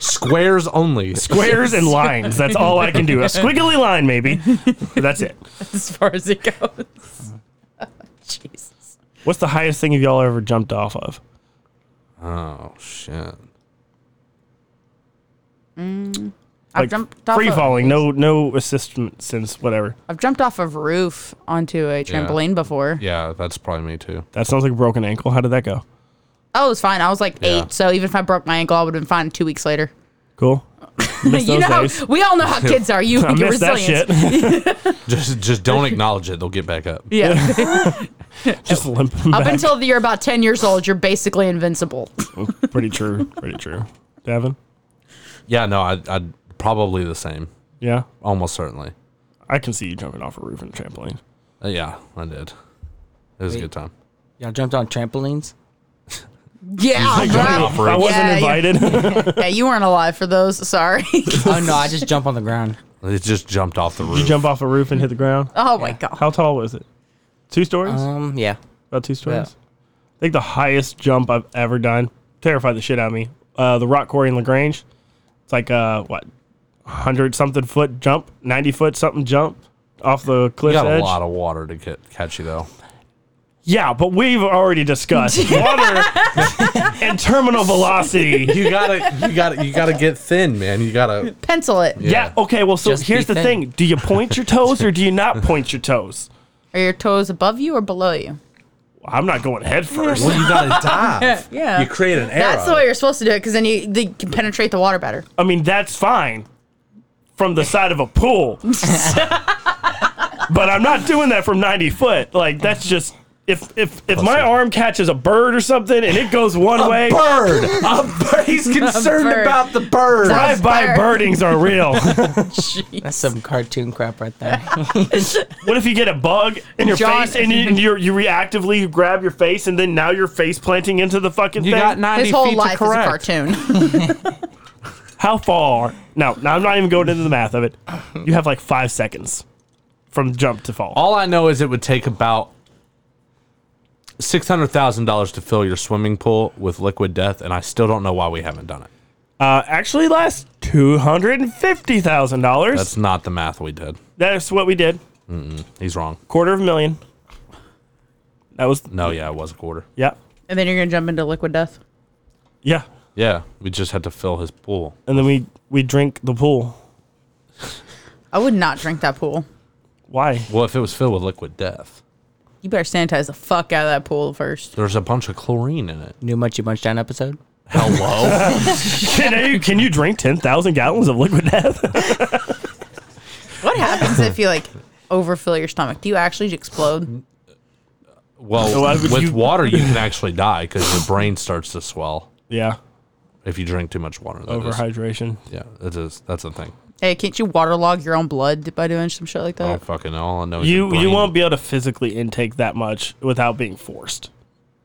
Speaker 4: Squares only.
Speaker 2: Squares and lines. That's all I can do. A squiggly line, maybe. But that's it.
Speaker 3: As far as it goes. Jeez.
Speaker 2: What's the highest thing y'all ever jumped off of?
Speaker 4: Oh, shit.
Speaker 3: I've
Speaker 2: Like,
Speaker 3: jumped off
Speaker 2: Free
Speaker 3: a-
Speaker 2: falling, no no assistance since whatever.
Speaker 3: I've jumped off of roof onto a trampoline before.
Speaker 4: Yeah, that's probably me too.
Speaker 2: That sounds like a broken ankle. How did that go?
Speaker 3: Oh, it was fine. I was like
Speaker 4: Yeah.
Speaker 3: eight, so even if I broke my ankle, I would have been fine two weeks later.
Speaker 2: Cool. Miss
Speaker 3: you
Speaker 2: those
Speaker 3: know, how,
Speaker 2: days.
Speaker 3: we all know how kids are. You,
Speaker 2: I
Speaker 3: you're
Speaker 2: missed that
Speaker 3: resilient.
Speaker 2: shit.
Speaker 4: Just just don't acknowledge it. They'll get back up.
Speaker 3: Yeah.
Speaker 2: Just limp
Speaker 3: Up
Speaker 2: back.
Speaker 3: until the- you're about 10 years old, you're basically invincible.
Speaker 2: pretty true. Pretty true. Davin?
Speaker 4: Yeah, no, I, I'd probably the same.
Speaker 2: Yeah.
Speaker 4: Almost certainly.
Speaker 2: I can see you jumping off a roof and a trampoline.
Speaker 4: Uh, yeah, I did. It was a good time.
Speaker 7: Y'all jumped on trampolines.
Speaker 3: Yeah, bro.
Speaker 2: I wasn't
Speaker 3: Yeah, yeah.
Speaker 2: invited.
Speaker 3: Yeah, you weren't alive for those. Sorry.
Speaker 7: Oh no, I just jump on the ground.
Speaker 4: It just jumped off the roof.
Speaker 2: you jump off a roof and hit the ground.
Speaker 3: oh, my God.
Speaker 2: How tall was it? Two stories?
Speaker 3: Uh,
Speaker 7: Um, yeah.
Speaker 2: About two stories?
Speaker 7: yeah.
Speaker 2: I think the highest jump I've ever done terrified the shit out of me. Uh, the rock quarry in LaGrange. It's like, uh, what, 100 something foot jump, 90 foot something jump. off the
Speaker 4: You
Speaker 2: cliff
Speaker 4: got
Speaker 2: edge.
Speaker 4: a lot of water to get, catch you though.
Speaker 2: Yeah, but we've already discussed water and terminal velocity.
Speaker 4: You gotta, you gotta, you gotta get thin, man. You gotta.
Speaker 3: Pencil it.
Speaker 2: Yeah. Okay. Well, so
Speaker 7: Just be
Speaker 2: here's the
Speaker 7: thin.
Speaker 2: thing: Do you point your toes or do you not point your toes?
Speaker 3: Are your toes above you or below you?
Speaker 2: I'm not going head first.
Speaker 4: Well, you gotta dive.
Speaker 3: Yeah.
Speaker 4: You create an arrow.
Speaker 3: That's the way you're supposed to do it because then you they can penetrate the water better.
Speaker 2: I mean, that's fine from the side of a pool, but I'm not doing that from 90 foot. Like that's just if if if my arm catches a bird or something and it goes one way.
Speaker 4: bird. A bird. He's concerned
Speaker 3: bird.
Speaker 4: about the bird.
Speaker 3: That-
Speaker 2: Drive by
Speaker 3: Bird.
Speaker 2: birdings are real.
Speaker 7: That's some cartoon crap right there.
Speaker 2: what if you get a bug in your
Speaker 3: John-
Speaker 2: face and, you, and you you reactively grab your face and then now your face planting into the fucking
Speaker 4: You
Speaker 2: thing?
Speaker 4: got ninety
Speaker 3: His whole
Speaker 4: feet
Speaker 3: life
Speaker 4: to
Speaker 3: is a
Speaker 4: correct.
Speaker 3: cartoon.
Speaker 2: How far? No, no, I'm not even going into the math of it. You have like five seconds from jump to fall.
Speaker 4: All I know is it would take about six hundred thousand dollars to fill your swimming pool with liquid death, and I still don't know why we haven't done it.
Speaker 2: Uh, actually, last two hundred and fifty thousand dollars.
Speaker 4: That's not the math we did.
Speaker 2: That's what we did.
Speaker 4: He's wrong.
Speaker 2: Quarter of a million. That was
Speaker 4: No, yeah, it was a quarter.
Speaker 2: yeah,
Speaker 3: and then you're gonna jump into liquid death.
Speaker 2: yeah.
Speaker 4: Yeah, we just had to fill his pool.
Speaker 2: And then we we drink the pool.
Speaker 3: I would not drink that pool.
Speaker 2: Why?
Speaker 4: Well, if it was filled with liquid death,
Speaker 3: You better sanitize the fuck out of that pool first.
Speaker 4: there's a bunch of chlorine in it.
Speaker 7: New Munchy Munchdown episode.
Speaker 4: Hello.
Speaker 2: Can you can you drink ten thousand gallons of liquid death?
Speaker 3: What happens if you like overfill your stomach? Do you actually explode?
Speaker 4: well,
Speaker 2: Why would
Speaker 4: with
Speaker 2: you-
Speaker 4: water, you can actually die because your brain starts to swell
Speaker 2: yeah,
Speaker 4: if you drink too much water. That is-
Speaker 2: overhydration.
Speaker 4: Yeah, that is that's a thing.
Speaker 3: Hey, can't you waterlog your own blood by doing some shit like
Speaker 4: I
Speaker 3: that?
Speaker 4: don't Oh, fucking know. All I know is your
Speaker 2: Uh, You you
Speaker 4: brain-
Speaker 2: won't be able to physically intake that much without being forced.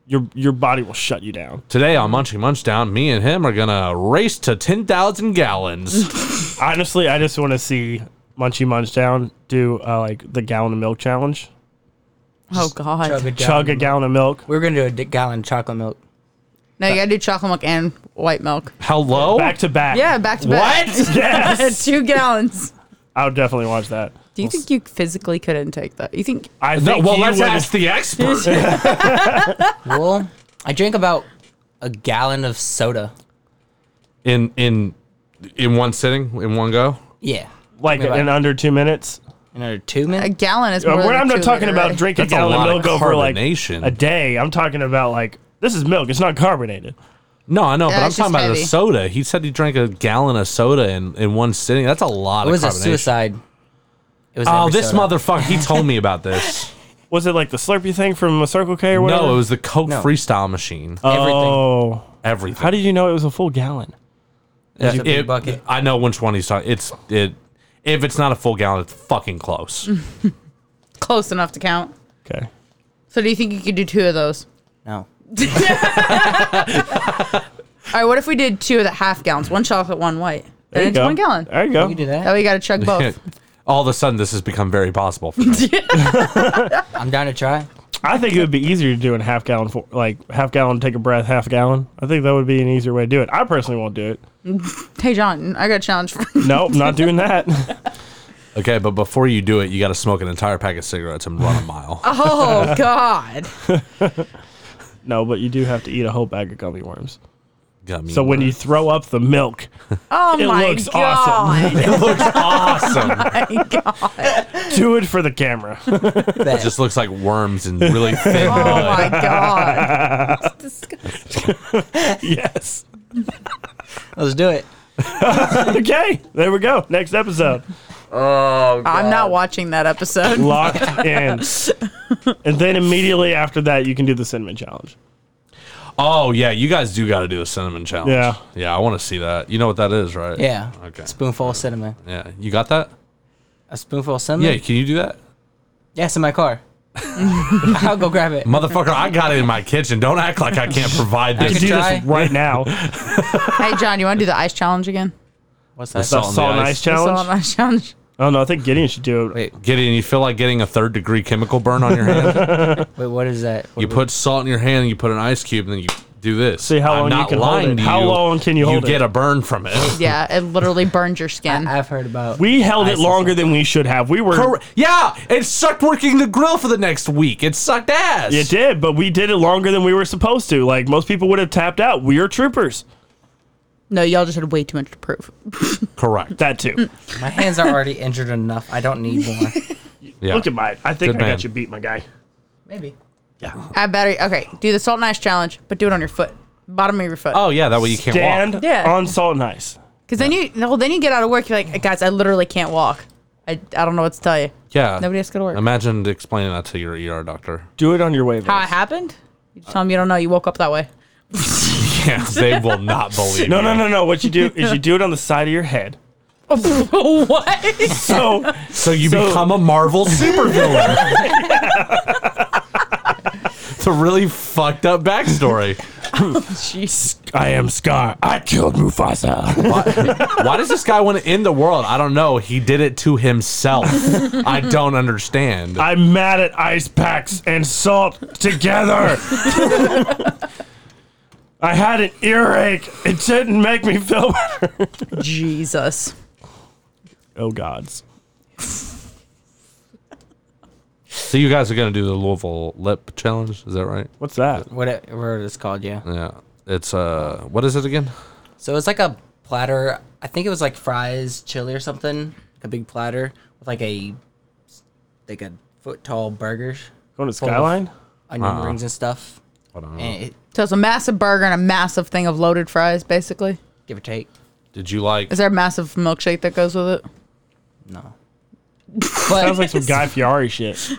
Speaker 2: Your your body will shut you down.
Speaker 4: Today on Munchie Munchdown, me and him are gonna race to ten thousand gallons.
Speaker 2: Honestly, I just want to see Munchie Munchdown do uh, like the gallon of milk challenge.
Speaker 3: Oh god.
Speaker 2: Chug a gallon of milk.
Speaker 7: We're gonna do a d- gallon of chocolate milk.
Speaker 3: No, you gotta do chocolate milk and white milk.
Speaker 4: Hello.
Speaker 2: Back to back.
Speaker 3: Oh, Yeah, back to back.
Speaker 2: What? yes.
Speaker 3: Two gallons.
Speaker 2: I would definitely watch that.
Speaker 3: Do you think you physically could intake that? You think
Speaker 2: I
Speaker 4: No,
Speaker 2: think
Speaker 4: well,
Speaker 2: you
Speaker 4: let's
Speaker 2: would-
Speaker 4: ask the expert.
Speaker 7: Well, I drink about a gallon of soda.
Speaker 4: in in in one sitting, in one go.
Speaker 7: Yeah.
Speaker 2: like
Speaker 7: Maybe
Speaker 2: in under two minutes.
Speaker 7: another two
Speaker 3: a
Speaker 7: minutes.
Speaker 3: gallon is
Speaker 2: Uh,
Speaker 3: more
Speaker 2: we're-
Speaker 3: than
Speaker 2: I'm
Speaker 3: two
Speaker 2: not talking
Speaker 3: liter,
Speaker 2: about
Speaker 3: right?
Speaker 2: drinking a
Speaker 4: That's a
Speaker 2: gallon of
Speaker 4: lot of
Speaker 2: milk over like
Speaker 4: carbonation.
Speaker 2: a day. I'm talking about like this is milk. It's not carbonated.
Speaker 4: No, I know,
Speaker 3: Yeah,
Speaker 4: but I'm
Speaker 3: it's
Speaker 4: talking
Speaker 3: just
Speaker 4: about the
Speaker 3: heavy.
Speaker 4: soda. He said he drank a gallon of soda in, in one sitting. That's a lot
Speaker 7: It was
Speaker 4: of
Speaker 7: a
Speaker 4: carbonation.
Speaker 7: suicide. It was
Speaker 4: Oh,
Speaker 7: never
Speaker 4: this
Speaker 7: soda.
Speaker 4: motherfucker! He told me about this.
Speaker 2: Was it like the Slurpee thing from a Circle K or whatever?
Speaker 4: no, it was the Coke
Speaker 7: No.
Speaker 4: Freestyle machine.
Speaker 7: Everything.
Speaker 2: Oh,
Speaker 4: Everything.
Speaker 2: how did you know it was a full gallon?
Speaker 4: Yeah,
Speaker 7: It's a big
Speaker 4: it-
Speaker 7: bucket.
Speaker 4: I know which one he's talking. It's it. If it's not a full gallon, it's fucking close.
Speaker 3: Close enough to count.
Speaker 2: Okay.
Speaker 3: So do you think you could do two of those?
Speaker 7: No.
Speaker 3: All right, what if we did two of the half gallons? One chocolate, one white.
Speaker 2: There
Speaker 3: and
Speaker 2: you
Speaker 3: it's
Speaker 2: go.
Speaker 3: one gallon.
Speaker 2: There you
Speaker 7: Can we
Speaker 2: go.
Speaker 7: do that?
Speaker 3: That way you gotta chug both.
Speaker 4: All of a sudden, this has become very possible for me.
Speaker 7: I'm down to try.
Speaker 2: I think it would be easier to do in half gallon, for, like half gallon, take a breath, half gallon. I think that would be an easier way to do it. I personally won't do it.
Speaker 3: hey John, I got a challenge for you.
Speaker 2: Nope, not doing that.
Speaker 4: Okay, but before you do it, you got to smoke an entire pack of cigarettes and run a mile.
Speaker 3: Oh god.
Speaker 2: No, but you do have to eat a whole bag of gummy worms.
Speaker 4: Gummy
Speaker 2: So when you
Speaker 4: worms.
Speaker 2: throw up the milk,
Speaker 3: Oh
Speaker 2: It
Speaker 3: my
Speaker 2: looks
Speaker 3: god.
Speaker 4: it looks awesome.
Speaker 3: my god.
Speaker 2: do it for the camera.
Speaker 4: It just looks like worms and really thin.
Speaker 3: Oh my god.
Speaker 2: yes.
Speaker 7: Let's do it.
Speaker 2: Okay, there we go. Next episode. Oh,
Speaker 3: I'm not watching that episode.
Speaker 2: Locked in. And then immediately after that, you can do the cinnamon challenge.
Speaker 4: Oh yeah, you guys do got to do a cinnamon challenge.
Speaker 2: Yeah.
Speaker 4: yeah, I want to see that. You know what that is, right?
Speaker 7: Yeah.
Speaker 4: Okay.
Speaker 7: Spoonful of cinnamon.
Speaker 4: Yeah, you got that?
Speaker 7: A spoonful of
Speaker 4: Yeah,
Speaker 7: cinnamon.
Speaker 4: can you do that,
Speaker 7: Yes, in my car. I'll go grab it.
Speaker 4: motherfucker? I got it in my kitchen. Don't act like I can't provide
Speaker 7: I
Speaker 2: You
Speaker 4: this.
Speaker 7: could
Speaker 2: do
Speaker 7: try.
Speaker 2: this right now.
Speaker 3: hey John, you wanna do the ice challenge again?
Speaker 7: What's that?
Speaker 4: salt.
Speaker 2: The
Speaker 4: on the
Speaker 2: salt and
Speaker 4: ice.
Speaker 2: ice
Speaker 3: The
Speaker 2: challenge.
Speaker 3: Solid ice challenge.
Speaker 2: Oh no, I think Gideon should do it.
Speaker 7: Wait,
Speaker 4: Gideon, you feel like getting a third degree chemical burn on your hand?
Speaker 7: wait, what is that? What
Speaker 4: you
Speaker 7: do we-
Speaker 4: put salt in your hand and you put an ice cube and then you do this.
Speaker 2: See how long
Speaker 4: I'm
Speaker 2: you
Speaker 4: not
Speaker 2: can hold
Speaker 4: lying
Speaker 2: it.
Speaker 4: to
Speaker 2: How
Speaker 4: you.
Speaker 2: long can you hold
Speaker 4: You get
Speaker 2: it?
Speaker 4: a burn from it.
Speaker 3: Yeah, it literally burned your skin.
Speaker 7: I've heard about.
Speaker 2: We held it
Speaker 7: ISIS.
Speaker 2: longer than we should have. We were.
Speaker 4: Corre- Yeah, it sucked working the grill for the next week. It sucked ass.
Speaker 2: It did, but we did it longer than we were supposed to. Like most people would have tapped out. We are troopers.
Speaker 3: no, y'all just had way too much to prove.
Speaker 4: Correct.
Speaker 2: That
Speaker 3: Mm.
Speaker 2: too.
Speaker 7: My hands are already injured enough. I don't need more.
Speaker 4: Yeah.
Speaker 2: Look at mine. I think
Speaker 4: Good
Speaker 2: I
Speaker 4: man.
Speaker 2: got you beat, my guy.
Speaker 7: Maybe.
Speaker 3: I better okay. Do the salt and ice challenge, but do it on your foot, bottom of your foot.
Speaker 4: Oh yeah, that way you can't
Speaker 2: Stand
Speaker 4: walk.
Speaker 3: Yeah.
Speaker 2: on salt and ice.
Speaker 3: because then you no, then you get out of work. You're like, guys, I literally can't walk. I, I don't know what to tell you.
Speaker 4: Yeah.
Speaker 3: Nobody has to go to work.
Speaker 4: Imagine explaining that to your ER doctor.
Speaker 2: Do it on your wave.
Speaker 3: How it happened? You just tell them you don't know. You woke up that way.
Speaker 4: Yeah, they will not believe.
Speaker 2: No,
Speaker 4: you.
Speaker 2: no, no, no. What you do is you do it on the side of your head.
Speaker 3: what?
Speaker 2: So
Speaker 4: So you
Speaker 2: So-
Speaker 4: become a Marvel supervillain. it's a really fucked up backstory.
Speaker 2: I am Scar. I killed Mufasa.
Speaker 4: Why, why does this guy want to end the world? I don't know. He did it to himself. I don't understand.
Speaker 2: I'm mad at ice packs and salt together. I had an earache. It didn't make me feel better.
Speaker 3: Jesus.
Speaker 2: Oh gods.
Speaker 4: so you guys are gonna do the Louisville lip challenge? Is that right?
Speaker 2: What's that?
Speaker 7: Whatever it's called, yeah.
Speaker 4: Yeah. It's uh, what is it again?
Speaker 7: So it's like a platter. I think it was like fries, chili, or something. Like a big platter with like a like a foot tall burger,
Speaker 2: Going to Skyline?
Speaker 7: onion rings and stuff.
Speaker 4: Uh-huh. Hold on.
Speaker 7: And it,
Speaker 3: So it's a massive burger and a massive thing of loaded fries, basically.
Speaker 7: give or take.
Speaker 4: Did you like?
Speaker 3: Is there a massive milkshake that goes with it?
Speaker 7: No.
Speaker 2: Sounds
Speaker 7: But
Speaker 2: like some Guy Fieri shit.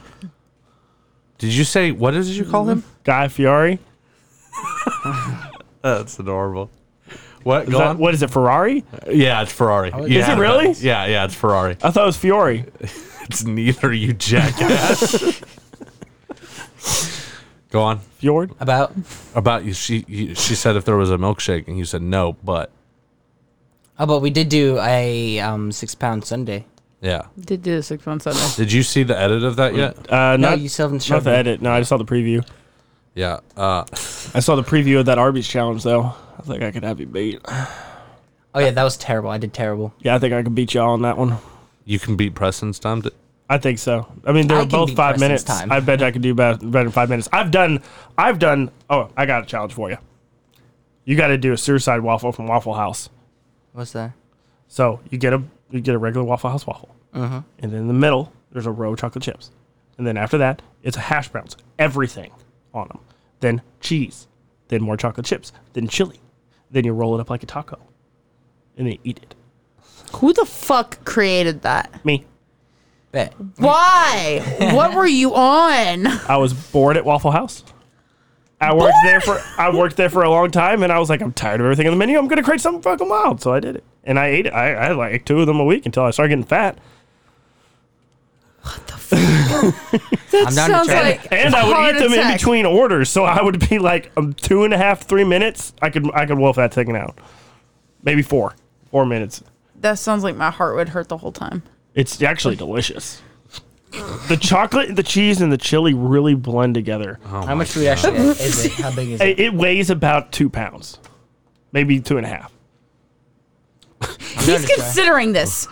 Speaker 4: Did you say what did you call him?
Speaker 2: Guy Fieri? Uh,
Speaker 4: That's adorable. What?
Speaker 2: Is
Speaker 4: Go
Speaker 2: that-
Speaker 4: on.
Speaker 2: what is it, Ferrari?
Speaker 4: Yeah, it's Ferrari. Yeah,
Speaker 2: Is it really?
Speaker 4: that- Yeah, yeah, it's Ferrari.
Speaker 2: I thought it was Fiore.
Speaker 4: It's neither you jackass. Go on.
Speaker 2: Fjord?
Speaker 7: about
Speaker 4: About you, she you, she said if there was a milkshake, and you said no, but
Speaker 7: oh, but we did do a um six pound Sunday.
Speaker 4: yeah.
Speaker 3: Did do this six on Sunday.
Speaker 4: Did you see the edit of that yet?
Speaker 2: Uh,
Speaker 7: No,
Speaker 2: not,
Speaker 7: you still haven't
Speaker 2: not
Speaker 7: showed
Speaker 2: the
Speaker 7: me.
Speaker 2: edit. No, I just saw the preview.
Speaker 4: Yeah. Uh,
Speaker 2: I saw the preview of that Arby's challenge, though. I think I could have you beat.
Speaker 7: Oh yeah, that was terrible. I did terrible.
Speaker 2: Yeah, I think I can beat y'all on that one.
Speaker 4: you can beat Preston's time. To,
Speaker 2: I think so. I mean, they
Speaker 7: I
Speaker 2: were
Speaker 7: can
Speaker 2: both
Speaker 7: beat
Speaker 2: five minutes.
Speaker 7: Preston's time.
Speaker 2: I bet I could do better, better than five minutes. I've done. I've done. Oh, I got a challenge for you. You got to do a suicide waffle from Waffle House.
Speaker 7: What's that?
Speaker 2: So you get a you get a regular Waffle House waffle,
Speaker 7: Mm-hmm.
Speaker 2: and then in the middle there's a row of chocolate chips, and then after that it's hash browns, everything on them, then cheese, then more chocolate chips, then chili, then you roll it up like a taco, and then eat it.
Speaker 3: Who the fuck created that?
Speaker 2: Me,
Speaker 7: Bet.
Speaker 3: Why? what were you on?
Speaker 2: I was bored at Waffle House. I worked there for I worked there for a long time, and I was like, I'm tired of everything on the menu. I'm gonna create something fucking wild. So I did it, and I ate it. I, I had like two of them a week until I started getting fat,
Speaker 3: That
Speaker 7: I'm down to
Speaker 3: sounds
Speaker 7: try
Speaker 3: like
Speaker 2: and I would
Speaker 3: heart
Speaker 2: eat them in
Speaker 3: attack.
Speaker 2: between orders. So I would be like um, two and a half, three minutes. I could I could wolf that taken out, maybe four, four minutes.
Speaker 3: That sounds like my heart would hurt the whole time.
Speaker 2: It's actually delicious. The chocolate, the cheese, and the chili really blend together.
Speaker 4: Oh.
Speaker 7: How much do we actually is it? How big is it?
Speaker 2: It, it weighs about two pounds, maybe two and a half.
Speaker 3: He's considering this.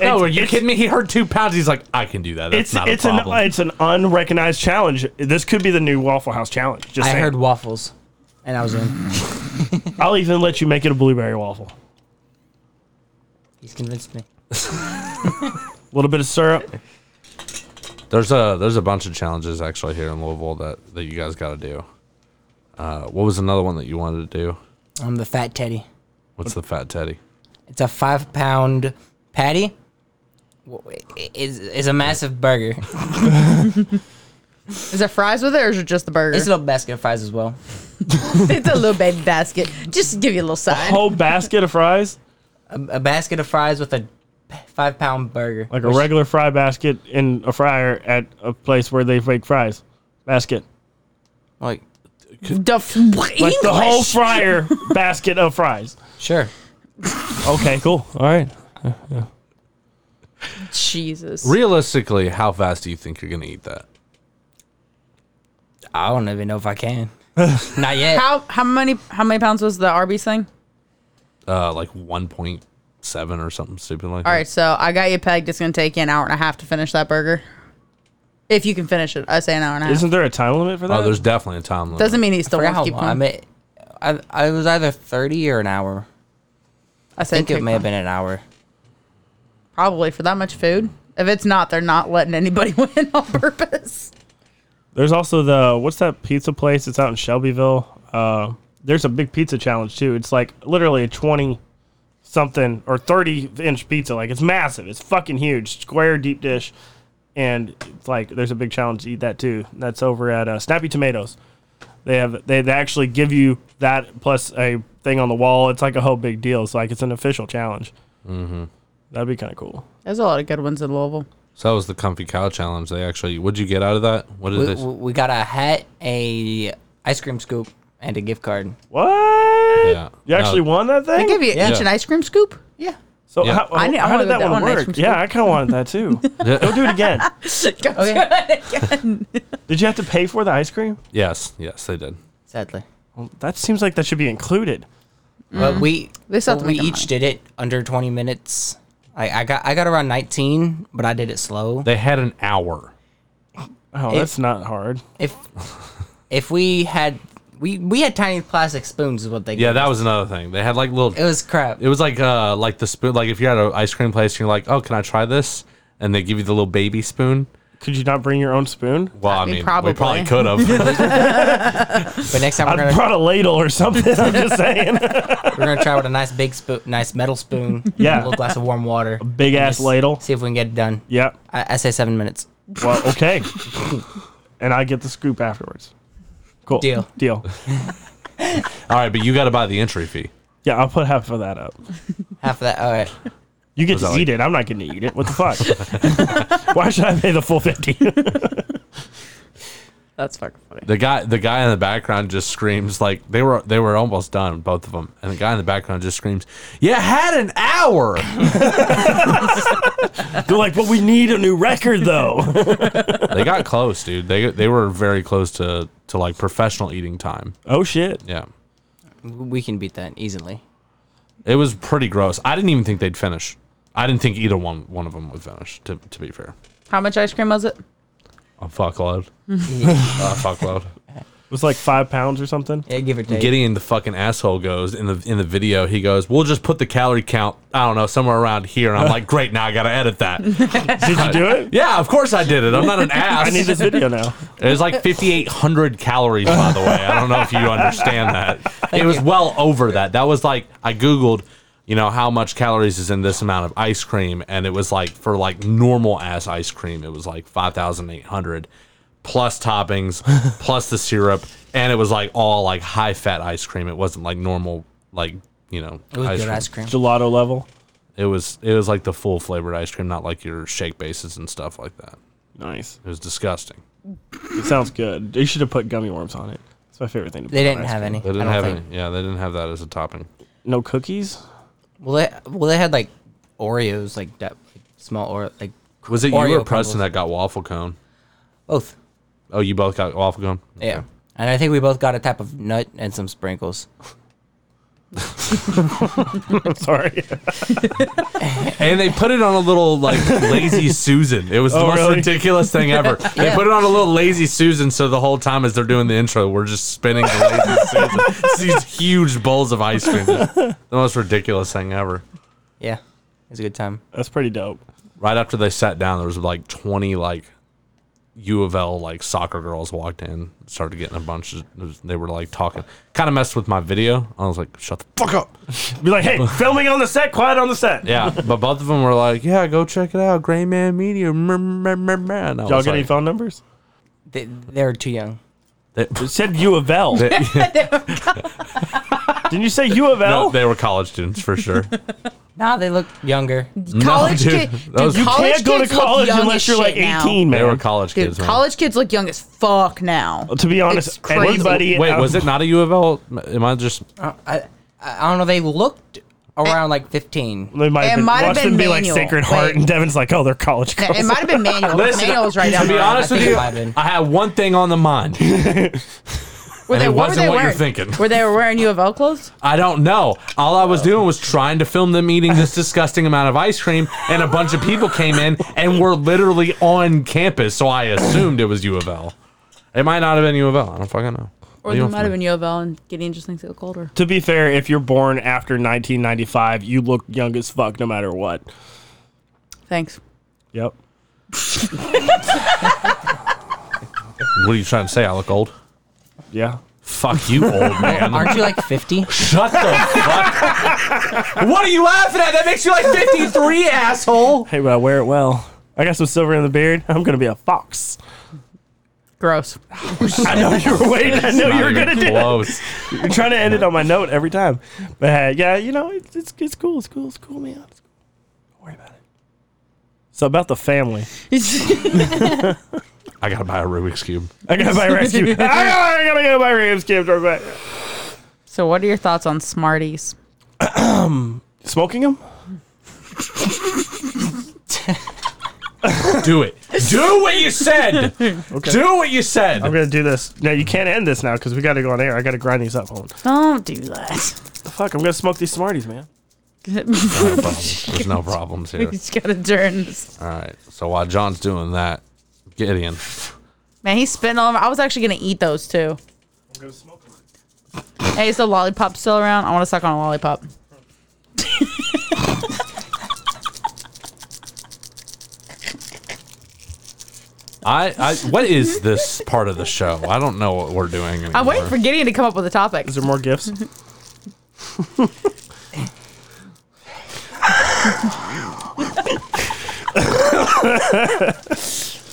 Speaker 4: no,
Speaker 2: It's-
Speaker 4: are you
Speaker 2: it's-
Speaker 4: kidding me? He heard two pounds. He's like, I can do that. That's
Speaker 2: It's
Speaker 4: not
Speaker 2: it's
Speaker 4: a
Speaker 2: an
Speaker 4: problem.
Speaker 2: it's an unrecognized challenge. This could be the new Waffle House challenge. Just
Speaker 7: I
Speaker 2: saying.
Speaker 7: heard waffles, and I was in.
Speaker 2: I'll even let you make it a blueberry waffle.
Speaker 7: He's convinced me.
Speaker 2: A little bit of syrup.
Speaker 4: There's a there's a bunch of challenges actually here in Louisville that that you guys got to do. Uh, what was another one that you wanted to do?
Speaker 7: I'm the fat teddy.
Speaker 4: What's the fat teddy?
Speaker 7: It's a five pound patty. W- i- Is is a massive burger.
Speaker 3: Is there fries with it, or is it just the burger?
Speaker 7: It's a little basket of fries as well.
Speaker 3: it's a little baby basket. Just give you a little side.
Speaker 2: Whole basket of fries,
Speaker 7: A, a basket of fries with a p- five pound burger.
Speaker 2: like a
Speaker 7: Which-
Speaker 2: regular fry basket in a fryer at a place where they make fries. Basket.
Speaker 7: Like
Speaker 3: Duff-
Speaker 2: Like the whole
Speaker 3: English.
Speaker 2: fryer basket of fries.
Speaker 7: sure.
Speaker 2: Okay, cool. All right.
Speaker 3: Jesus.
Speaker 4: Realistically, how fast do you think you're gonna eat that?
Speaker 7: I don't even know if I can. Not yet.
Speaker 3: How how many how many pounds was the Arby's thing?
Speaker 4: Uh, like one point seven or something stupid like.
Speaker 3: All right, so I got you pegged. It's gonna take you an hour and a half to finish that burger. If you can finish it, I say an hour and a half.
Speaker 2: Isn't there a time limit for
Speaker 4: That.
Speaker 2: that?
Speaker 4: Oh, there's definitely a time limit.
Speaker 3: Doesn't mean he's still
Speaker 7: Forgot
Speaker 3: wants to
Speaker 7: how
Speaker 3: keep
Speaker 7: long. I,
Speaker 3: going.
Speaker 7: mean, I, I was either 30 or an hour.
Speaker 3: I
Speaker 7: I
Speaker 3: said
Speaker 7: think it
Speaker 3: take
Speaker 7: may have
Speaker 3: one.
Speaker 7: been an hour.
Speaker 3: probably for that much food. If it's not, they're not letting anybody win on purpose.
Speaker 2: There's also the what's that pizza place? It's out in Shelbyville. Uh, there's a big pizza challenge too. It's like literally a twenty something or thirty inch pizza. Like it's massive. It's fucking huge. Square deep dish, and it's like there's a big challenge to eat that too. That's over at uh, Snappy Tomatoes. They have they, they actually give you that plus a thing on the wall. It's like a whole big deal. It's like it's an official challenge. Mm-hmm. That'd be kind of cool.
Speaker 3: There's a lot of good ones in Louisville.
Speaker 4: So that was the comfy cow challenge. They actually, what'd you get out of that? What did
Speaker 7: We,
Speaker 4: this?
Speaker 7: we we got a hat, a ice cream scoop, and a gift card.
Speaker 2: What?
Speaker 4: Yeah.
Speaker 2: You actually
Speaker 4: No.
Speaker 2: won that thing?
Speaker 3: They give you an inch
Speaker 4: Yeah.
Speaker 3: an ice cream scoop.
Speaker 7: Yeah.
Speaker 2: So
Speaker 4: Yeah.
Speaker 2: how,
Speaker 3: I need- I
Speaker 2: how
Speaker 3: wanna
Speaker 2: did
Speaker 3: go
Speaker 2: that,
Speaker 3: down
Speaker 2: one
Speaker 3: on ice
Speaker 2: work?
Speaker 3: cream
Speaker 2: Yeah, I kind of wanted that too. Go do it again. Did you have to pay for the ice cream?
Speaker 4: yes, yes, they did.
Speaker 7: Sadly.
Speaker 2: Well, that seems like that should be included.
Speaker 7: But we
Speaker 3: Mm. They still have to
Speaker 7: we
Speaker 3: make the
Speaker 7: each
Speaker 3: money.
Speaker 7: did it under 20 minutes. I, I got I got around 19, but I did it slow.
Speaker 4: They had an hour.
Speaker 2: Oh,
Speaker 7: It-
Speaker 2: that's not hard.
Speaker 7: If if we had we we had tiny plastic spoons is what they
Speaker 4: Yeah,
Speaker 7: gave
Speaker 4: that
Speaker 7: us.
Speaker 4: was another thing. They had like little.
Speaker 7: it was crap.
Speaker 4: It was like uh like the spoon. Like if you're at an ice cream place, and you're like, oh, can I try this? And they give you the little baby spoon.
Speaker 2: Could you not bring your own spoon?
Speaker 4: Well, I
Speaker 3: We
Speaker 4: mean,
Speaker 3: probably-
Speaker 4: we probably could have.
Speaker 7: but next time
Speaker 2: I
Speaker 7: we're gonna
Speaker 2: brought a ladle or something. I'm just saying.
Speaker 7: we're gonna try with a nice big spoon, nice metal spoon,
Speaker 2: Yeah.
Speaker 7: a little glass of warm water,
Speaker 2: Big ass
Speaker 7: Just
Speaker 2: ladle.
Speaker 7: See if we can get it done.
Speaker 2: Yeah.
Speaker 7: I, I say seven minutes.
Speaker 2: Well, okay. and I get the scoop afterwards. Cool.
Speaker 7: Deal.
Speaker 2: Deal.
Speaker 4: All right, but you got to buy the entry fee.
Speaker 2: Yeah, I'll put half of that up.
Speaker 7: Half of that. All right.
Speaker 2: You get
Speaker 4: Was
Speaker 2: to
Speaker 4: that like-
Speaker 2: eat it. I'm not getting to eat it. What the fuck? Why should I pay the full 50?
Speaker 3: That's fucking funny.
Speaker 4: The guy, the guy in the background just screams like they were they were almost done, both of them. And the guy in the background just screams, "You had an hour."
Speaker 2: They're like, but we need a new record though.
Speaker 4: they got close, dude. They they were very close to to like professional eating time.
Speaker 2: oh shit.
Speaker 4: Yeah.
Speaker 7: We can beat that easily.
Speaker 4: It was pretty gross. I didn't even think they'd finish. I didn't think either one one of them would finish. To to be fair,
Speaker 3: How much ice cream was it?
Speaker 4: a fuckload, a fuckload.
Speaker 2: It was like five pounds or something.
Speaker 7: Yeah, give or take.
Speaker 4: Gideon, the fucking asshole, goes in the in the video. He goes, "We'll just put the calorie count. I don't know, somewhere around here." And I'm like, "Great, now I gotta edit that."
Speaker 2: Did you do it?
Speaker 4: yeah, of course I did it. I'm not an ass.
Speaker 2: I need this video now.
Speaker 4: It was like 5,800 calories, by the way. I don't know if you understand that. It was well over that. That was like, I Googled, you know, how much calories is in this amount of ice cream. And it was like, for like normal ass ice cream, it was like 5,800 plus toppings, plus the syrup. And it was like all like high fat ice cream. It wasn't like normal, like, you know,
Speaker 7: It was good ice cream.
Speaker 2: Gelato level.
Speaker 4: It was, it was like the full flavored ice cream, not like your shake bases and stuff like that.
Speaker 2: Nice.
Speaker 4: It was disgusting.
Speaker 2: It sounds good. They should have put gummy worms on it. It's my favorite thing. To
Speaker 7: They
Speaker 2: put on
Speaker 7: didn't
Speaker 2: ice
Speaker 7: have
Speaker 2: cream.
Speaker 7: any.
Speaker 4: They didn't
Speaker 7: I don't
Speaker 4: have
Speaker 7: think.
Speaker 4: any. Yeah, they didn't have that as a topping.
Speaker 2: No cookies.
Speaker 7: Well, they well they had like Oreos, like that like, small or like cr-
Speaker 4: Was it
Speaker 7: Oreo
Speaker 4: you or Preston
Speaker 7: crumbles.
Speaker 4: that got waffle cone?
Speaker 7: both?
Speaker 4: Oh, you both got waffle cone.
Speaker 7: Yeah. And I think we both got a type of nut and some sprinkles.
Speaker 2: Sorry.
Speaker 4: And they put it on a little like lazy Susan. It was the
Speaker 2: Oh,
Speaker 4: most
Speaker 2: really?
Speaker 4: ridiculous thing ever. They put it on a little lazy Susan, so the whole time as they're doing the intro, we're just spinning the lazy Susan. It's These huge bowls of ice cream. The most ridiculous thing ever.
Speaker 7: Yeah, it was a good time.
Speaker 2: That's pretty dope.
Speaker 4: Right after they sat down, there was like twenty like U of L like soccer girls walked in, started getting a bunch. Of, they were like talking, kind of messed with my video. I was like, "Shut the fuck up."
Speaker 2: Be like, hey, filming on the set, quiet on the set.
Speaker 4: Yeah, but both of them were like, "Yeah, go check it out, Gray Man Media." mer- mer- mer- mer." And I
Speaker 2: Y'all
Speaker 4: was
Speaker 2: get any
Speaker 4: like-
Speaker 2: phone numbers?
Speaker 7: They, they were too young.
Speaker 2: It said U of L. Didn't you say U of L?
Speaker 4: No, they were college students for sure.
Speaker 7: No, they look younger.
Speaker 3: College kid-
Speaker 4: dude. That was-
Speaker 3: dude,
Speaker 4: You
Speaker 3: college
Speaker 2: Can't go to
Speaker 3: kids look
Speaker 2: college
Speaker 3: young
Speaker 2: unless
Speaker 3: as
Speaker 2: you're like
Speaker 3: shit
Speaker 2: 18,
Speaker 3: now.
Speaker 2: man.
Speaker 4: They were college
Speaker 3: Dude,
Speaker 4: kids. man.
Speaker 3: college kids look young as fuck now.
Speaker 2: to be honest,
Speaker 3: crazy.
Speaker 2: anybody.
Speaker 4: Wait,
Speaker 2: out-
Speaker 4: was it not a U of L? Am I just?
Speaker 7: I, I, I don't know. They looked around like 15.
Speaker 2: They might
Speaker 3: It
Speaker 2: have been,
Speaker 3: might have
Speaker 2: watched
Speaker 3: been
Speaker 2: them be like
Speaker 3: manual.
Speaker 2: Sacred Heart,
Speaker 3: Wait.
Speaker 2: and Devin's like, oh, they're college
Speaker 3: Now,
Speaker 2: girls.
Speaker 3: It might have been manual. Manual was right down
Speaker 4: to be
Speaker 3: the road,
Speaker 4: honest
Speaker 3: I
Speaker 4: with
Speaker 3: think
Speaker 4: you,
Speaker 7: it might have been.
Speaker 4: I had one thing on the mind.
Speaker 3: Were
Speaker 4: and
Speaker 3: they,
Speaker 4: it
Speaker 3: what were
Speaker 4: wasn't
Speaker 3: they
Speaker 4: what
Speaker 3: wearing?
Speaker 4: you're thinking.
Speaker 3: Were they wearing U of O clothes?
Speaker 4: I don't know. All I was doing was trying to film them eating this disgusting amount of ice cream, and a bunch of people came in and were literally on campus, so I assumed it was U of L. It might not have been U of L. I don't fucking know.
Speaker 3: Or they might have been U of O and getting just things a little colder.
Speaker 2: To be fair, if you're born after 1995, you look young as fuck no matter what.
Speaker 3: Thanks.
Speaker 2: Yep.
Speaker 4: What are you trying to say? I look old?
Speaker 2: Yeah.
Speaker 4: Fuck you, old man.
Speaker 7: Aren't you like 50?
Speaker 4: Shut the fuck. what are you laughing at? That makes you like 53, asshole.
Speaker 2: Hey, but I wear it well. I got some silver in the beard. I'm gonna be a fox.
Speaker 3: Gross.
Speaker 2: I know you were waiting. I know you were gonna do. It.
Speaker 4: close.
Speaker 2: You're trying to end it on my note every time. But uh, yeah, you know, it's, it's it's cool. It's cool. It's cool, man. It's cool. Don't worry about it. So about the family.
Speaker 4: I gotta buy a Rubik's cube.
Speaker 2: I gotta buy rescue. I gotta, I gotta go buy Rams Camp right back.
Speaker 3: So, what are your thoughts on Smarties?
Speaker 2: Smoking them?
Speaker 4: Do it. Do what you said. Do what you said.
Speaker 2: I'm gonna do this. No, you can't end this now because we gotta go on air. I gotta grind these up. Hold on.
Speaker 3: Don't do that.
Speaker 2: The fuck, I'm gonna smoke these Smarties, man.
Speaker 4: No problems. There's no problems
Speaker 3: We
Speaker 4: here.
Speaker 3: just gotta turn. this-
Speaker 4: All right. So while John's doing that, Gideon,
Speaker 3: Man, he's spitting all over. I was actually gonna eat those too.
Speaker 2: I'm gonna smoke them.
Speaker 3: Hey, is the lollipop still around? I want to suck on a lollipop.
Speaker 4: I, I what is this part of the show? I don't know what we're doing. Anymore.
Speaker 3: I'm waiting for Gideon to come up with a topic.
Speaker 2: Is there more gifts?
Speaker 4: you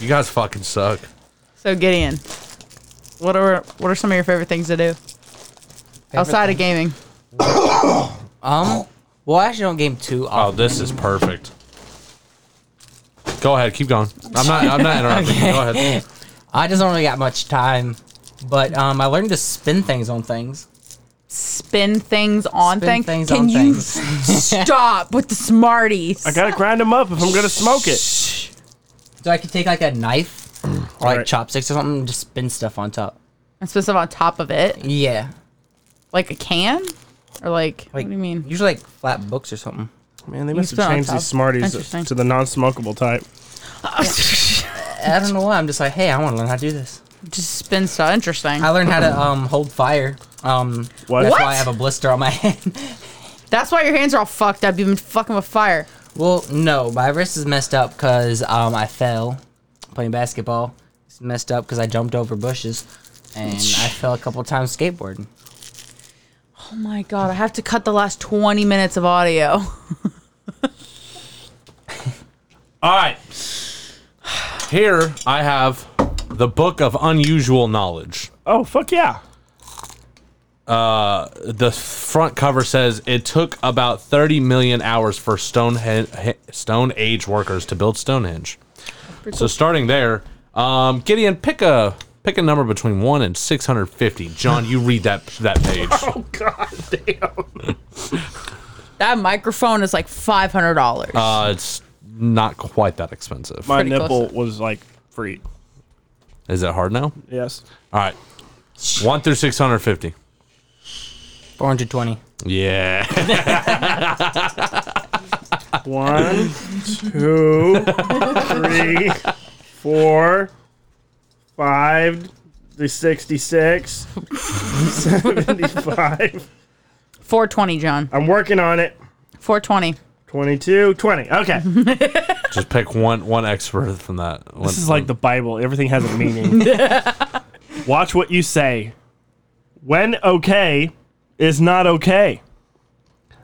Speaker 4: guys. Fucking suck.
Speaker 3: So, Gideon, what are what are some of your favorite things to do outside of gaming?
Speaker 7: Um, well, I actually don't game too
Speaker 4: Oh,
Speaker 7: often.
Speaker 4: this is perfect. Go ahead. Keep going. I'm not. I'm not interrupting. you. Go ahead.
Speaker 7: I just don't really got much time. But um, I learned to spin things on things.
Speaker 3: Spin things on
Speaker 7: Spin
Speaker 3: things.
Speaker 7: things
Speaker 3: Can
Speaker 7: on
Speaker 3: you
Speaker 7: things.
Speaker 3: stop with the Smarties?
Speaker 2: I gotta grind them up if I'm gonna smoke it.
Speaker 7: So I could take like a knife or like
Speaker 2: Alright.
Speaker 7: chopsticks or something and just spin stuff on top.
Speaker 3: and spin stuff on top of it,
Speaker 7: Yeah.
Speaker 3: like a can, or like,
Speaker 7: Like,
Speaker 3: what do you mean?
Speaker 7: Usually like flat books or something.
Speaker 2: Man, they must
Speaker 3: spit
Speaker 2: have
Speaker 3: on
Speaker 2: changed
Speaker 3: top.
Speaker 2: these Smarties
Speaker 3: Interesting.
Speaker 2: to the non-smokable type.
Speaker 7: I don't know why. I'm just like, hey, I want to learn how to do this.
Speaker 3: Just spin stuff. Interesting.
Speaker 7: I learned how to um hold fire. Um,
Speaker 2: What?
Speaker 7: that's
Speaker 3: What?
Speaker 7: why I have a blister on my hand.
Speaker 3: That's why your hands are all fucked up. You've been fucking with fire.
Speaker 7: well, no, my wrist is messed up because um I fell playing basketball. It's messed up because I jumped over bushes and I fell a couple times skateboarding.
Speaker 3: Oh my god, I have to cut the last 20 minutes of audio.
Speaker 4: All right. Here I have the book of unusual knowledge.
Speaker 2: Oh fuck yeah!
Speaker 4: the front cover says it took about 30 million hours for Stone Stone Age workers to build Stonehenge. So starting there, um, Gideon, pick a pick a number between one and 650. John, you read that that page.
Speaker 3: That microphone is like $500.
Speaker 4: Uh, it's not quite that expensive.
Speaker 2: My
Speaker 3: Pretty close.
Speaker 2: nipple was like free.
Speaker 4: Is it hard now?
Speaker 2: Yes.
Speaker 4: All right, one through 650.
Speaker 7: 420.
Speaker 4: Yeah.
Speaker 2: One, two, three, four, five, the 66, 75.
Speaker 3: 420, John.
Speaker 2: I'm working on it.
Speaker 3: 420.
Speaker 2: 22, 20. Okay.
Speaker 4: Just pick one one expert from that. One,
Speaker 2: This is like the Bible. Everything has a meaning. Watch what you say. When okay is not okay.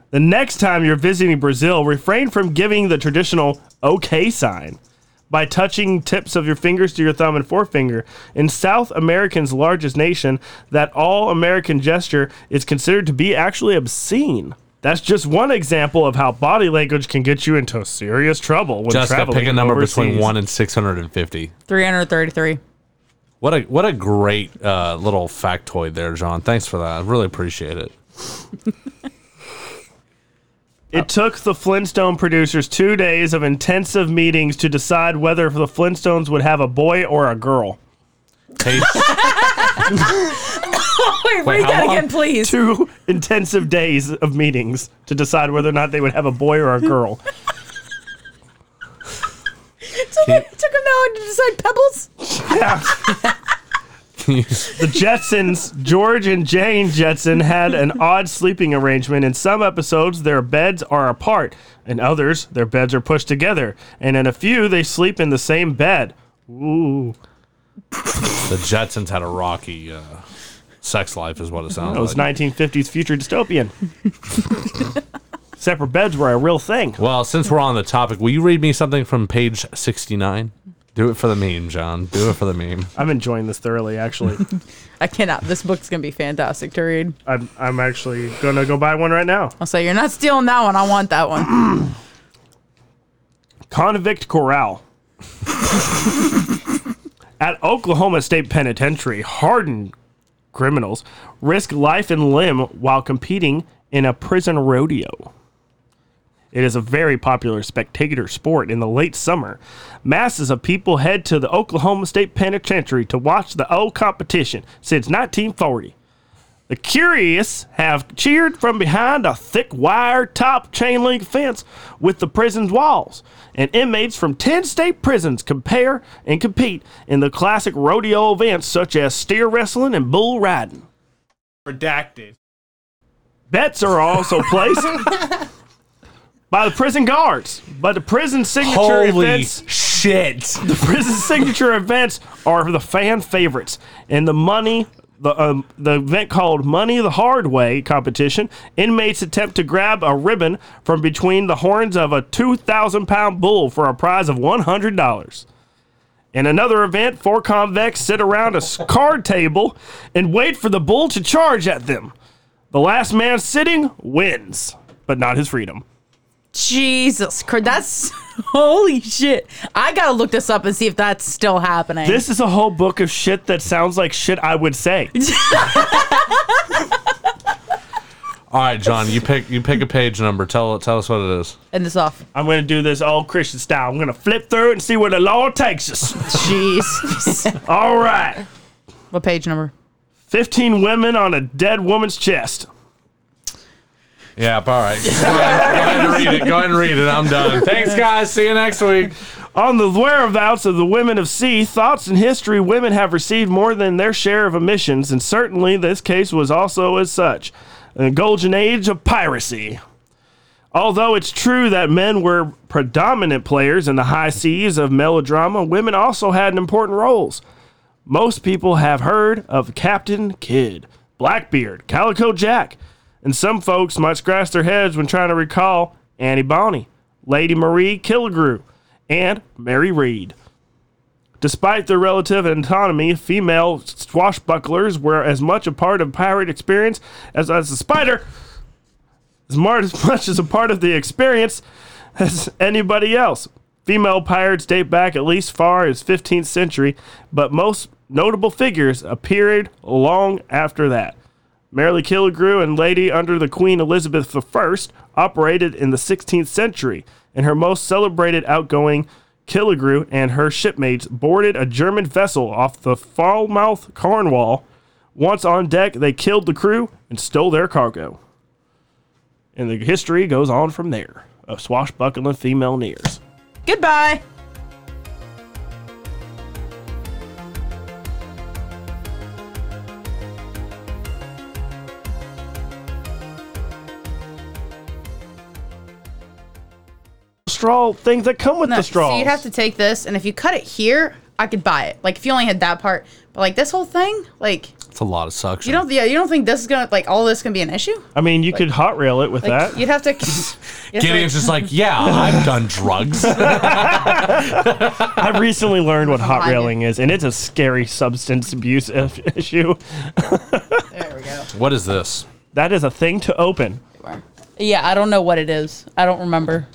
Speaker 2: The next time you're visiting Brazil, refrain from giving the traditional okay sign by touching tips of your fingers to your thumb and forefinger. In South America's largest nation, that all American gesture is considered to be actually obscene. That's just one example of how body language can get you into serious trouble when
Speaker 4: Jessica,
Speaker 2: traveling
Speaker 4: pick a number between
Speaker 2: overseas.
Speaker 4: one and 650.
Speaker 3: 333.
Speaker 4: What a what a great uh, little factoid there, John. Thanks for that. I really appreciate it.
Speaker 2: It took the Flintstone producers two days of intensive meetings to decide whether the Flintstones would have a boy or a girl.
Speaker 4: Hey,
Speaker 3: Wait, read that again, please.
Speaker 2: Two intensive days of meetings to decide whether or not they would have a boy or a girl.
Speaker 3: took, him, took him that long to decide Pebbles.
Speaker 2: The Jetsons, George and Jane Jetson, had an odd sleeping arrangement. In some episodes, their beds are apart. In others, their beds are pushed together. And in a few, they sleep in the same bed. Ooh.
Speaker 4: The Jetsons had a rocky uh, sex life, is what it sounds
Speaker 2: That was
Speaker 4: like.
Speaker 2: 1950s future dystopian. Separate beds were a real thing.
Speaker 4: Well, since we're on the topic, will you read me something from page 69? Do it for the meme, John. Do it for the meme.
Speaker 2: I'm enjoying this thoroughly, actually.
Speaker 3: I cannot. This book's gonna be fantastic to read.
Speaker 2: I'm, I'm actually going to go buy one right now.
Speaker 3: I'll say you're not stealing that one. I want that one.
Speaker 2: Convict Corral. At Oklahoma State Penitentiary, hardened criminals risk life and limb while competing in a prison rodeo. It is a very popular spectator sport in the late summer. Masses of people head to the Oklahoma State Penitentiary to watch the old competition since 1940. The curious have cheered from behind a thick wire top chain link fence with the prison's walls, and inmates from 10 state prisons compare and compete in the classic rodeo events such as steer wrestling and bull riding.
Speaker 8: Redacted.
Speaker 2: Bets are also placed by the prison guards, but the prison signature events
Speaker 8: shit.
Speaker 2: the prison signature events are the fan favorites, and the money. The, um, the event called Money the Hard Way competition. Inmates attempt to grab a ribbon from between the horns of a 2,000 pound bull for a prize of $100. In another event, four convicts sit around a s- card table and wait for the bull to charge at them. The last man sitting wins, but not his freedom.
Speaker 3: Jesus Christ, that's holy shit. I gotta look this up and see if that's still happening.
Speaker 2: This is a whole book of shit that sounds like shit I would say.
Speaker 4: All right, John, you pick you pick a page number. Tell tell us what it is.
Speaker 3: End this off.
Speaker 2: I'm gonna do this all Christian style. I'm gonna flip through it and see where the Lord takes us.
Speaker 3: Jesus.
Speaker 2: all right.
Speaker 3: what page number?
Speaker 2: 15 women on a dead woman's chest.
Speaker 4: Yeah, all right. Go ahead, go ahead and read it. Go ahead and read it. I'm done. Thanks, guys. See you next week.
Speaker 2: On the whereabouts of the women of sea, thoughts in history, women have received more than their share of omissions, and certainly this case was also as such. A golden age of piracy. Although it's true that men were predominant players in the high seas of melodrama, women also had important roles. Most people have heard of Captain Kidd, Blackbeard, Calico Jack, and some folks might scratch their heads when trying to recall Annie Bonny, Lady Marie Killigrew, and Mary Read. Despite their relative autonomy, female swashbucklers were as much a part of pirate experience as, as the spider, as mar- as much as a part of the experience as anybody else. Female pirates date back at least far as 15th century, but most notable figures appeared long after that. Mary Killigrew and Lady under the Queen Elizabeth I operated in the 16th century, and her most celebrated outgoing Killigrew and her shipmates boarded a German vessel off the Falmouth, Cornwall. Once on deck, they killed the crew and stole their cargo. And the history goes on from there of swashbuckling female nears.
Speaker 3: Goodbye.
Speaker 2: Straw things that come with
Speaker 3: No,
Speaker 2: the straws.
Speaker 3: So you'd have to take this, and if you cut it here, I could buy it. Like if you only had that part, but like this whole thing, like
Speaker 4: It's a lot of suction.
Speaker 3: you don't, yeah, you don't think this is gonna like all this gonna be an issue?
Speaker 2: I mean, you could hot rail it with
Speaker 3: Like
Speaker 2: that.
Speaker 3: you'd have to. you'd have to,
Speaker 4: Gideon's just like, yeah, I've done drugs.
Speaker 2: I recently learned what hot
Speaker 3: Hide it.
Speaker 2: railing is, and it's a scary substance abuse if- issue.
Speaker 3: like- there we go.
Speaker 4: what is this?
Speaker 2: That is a thing to open.
Speaker 3: Yeah, I don't know what it is. I don't remember.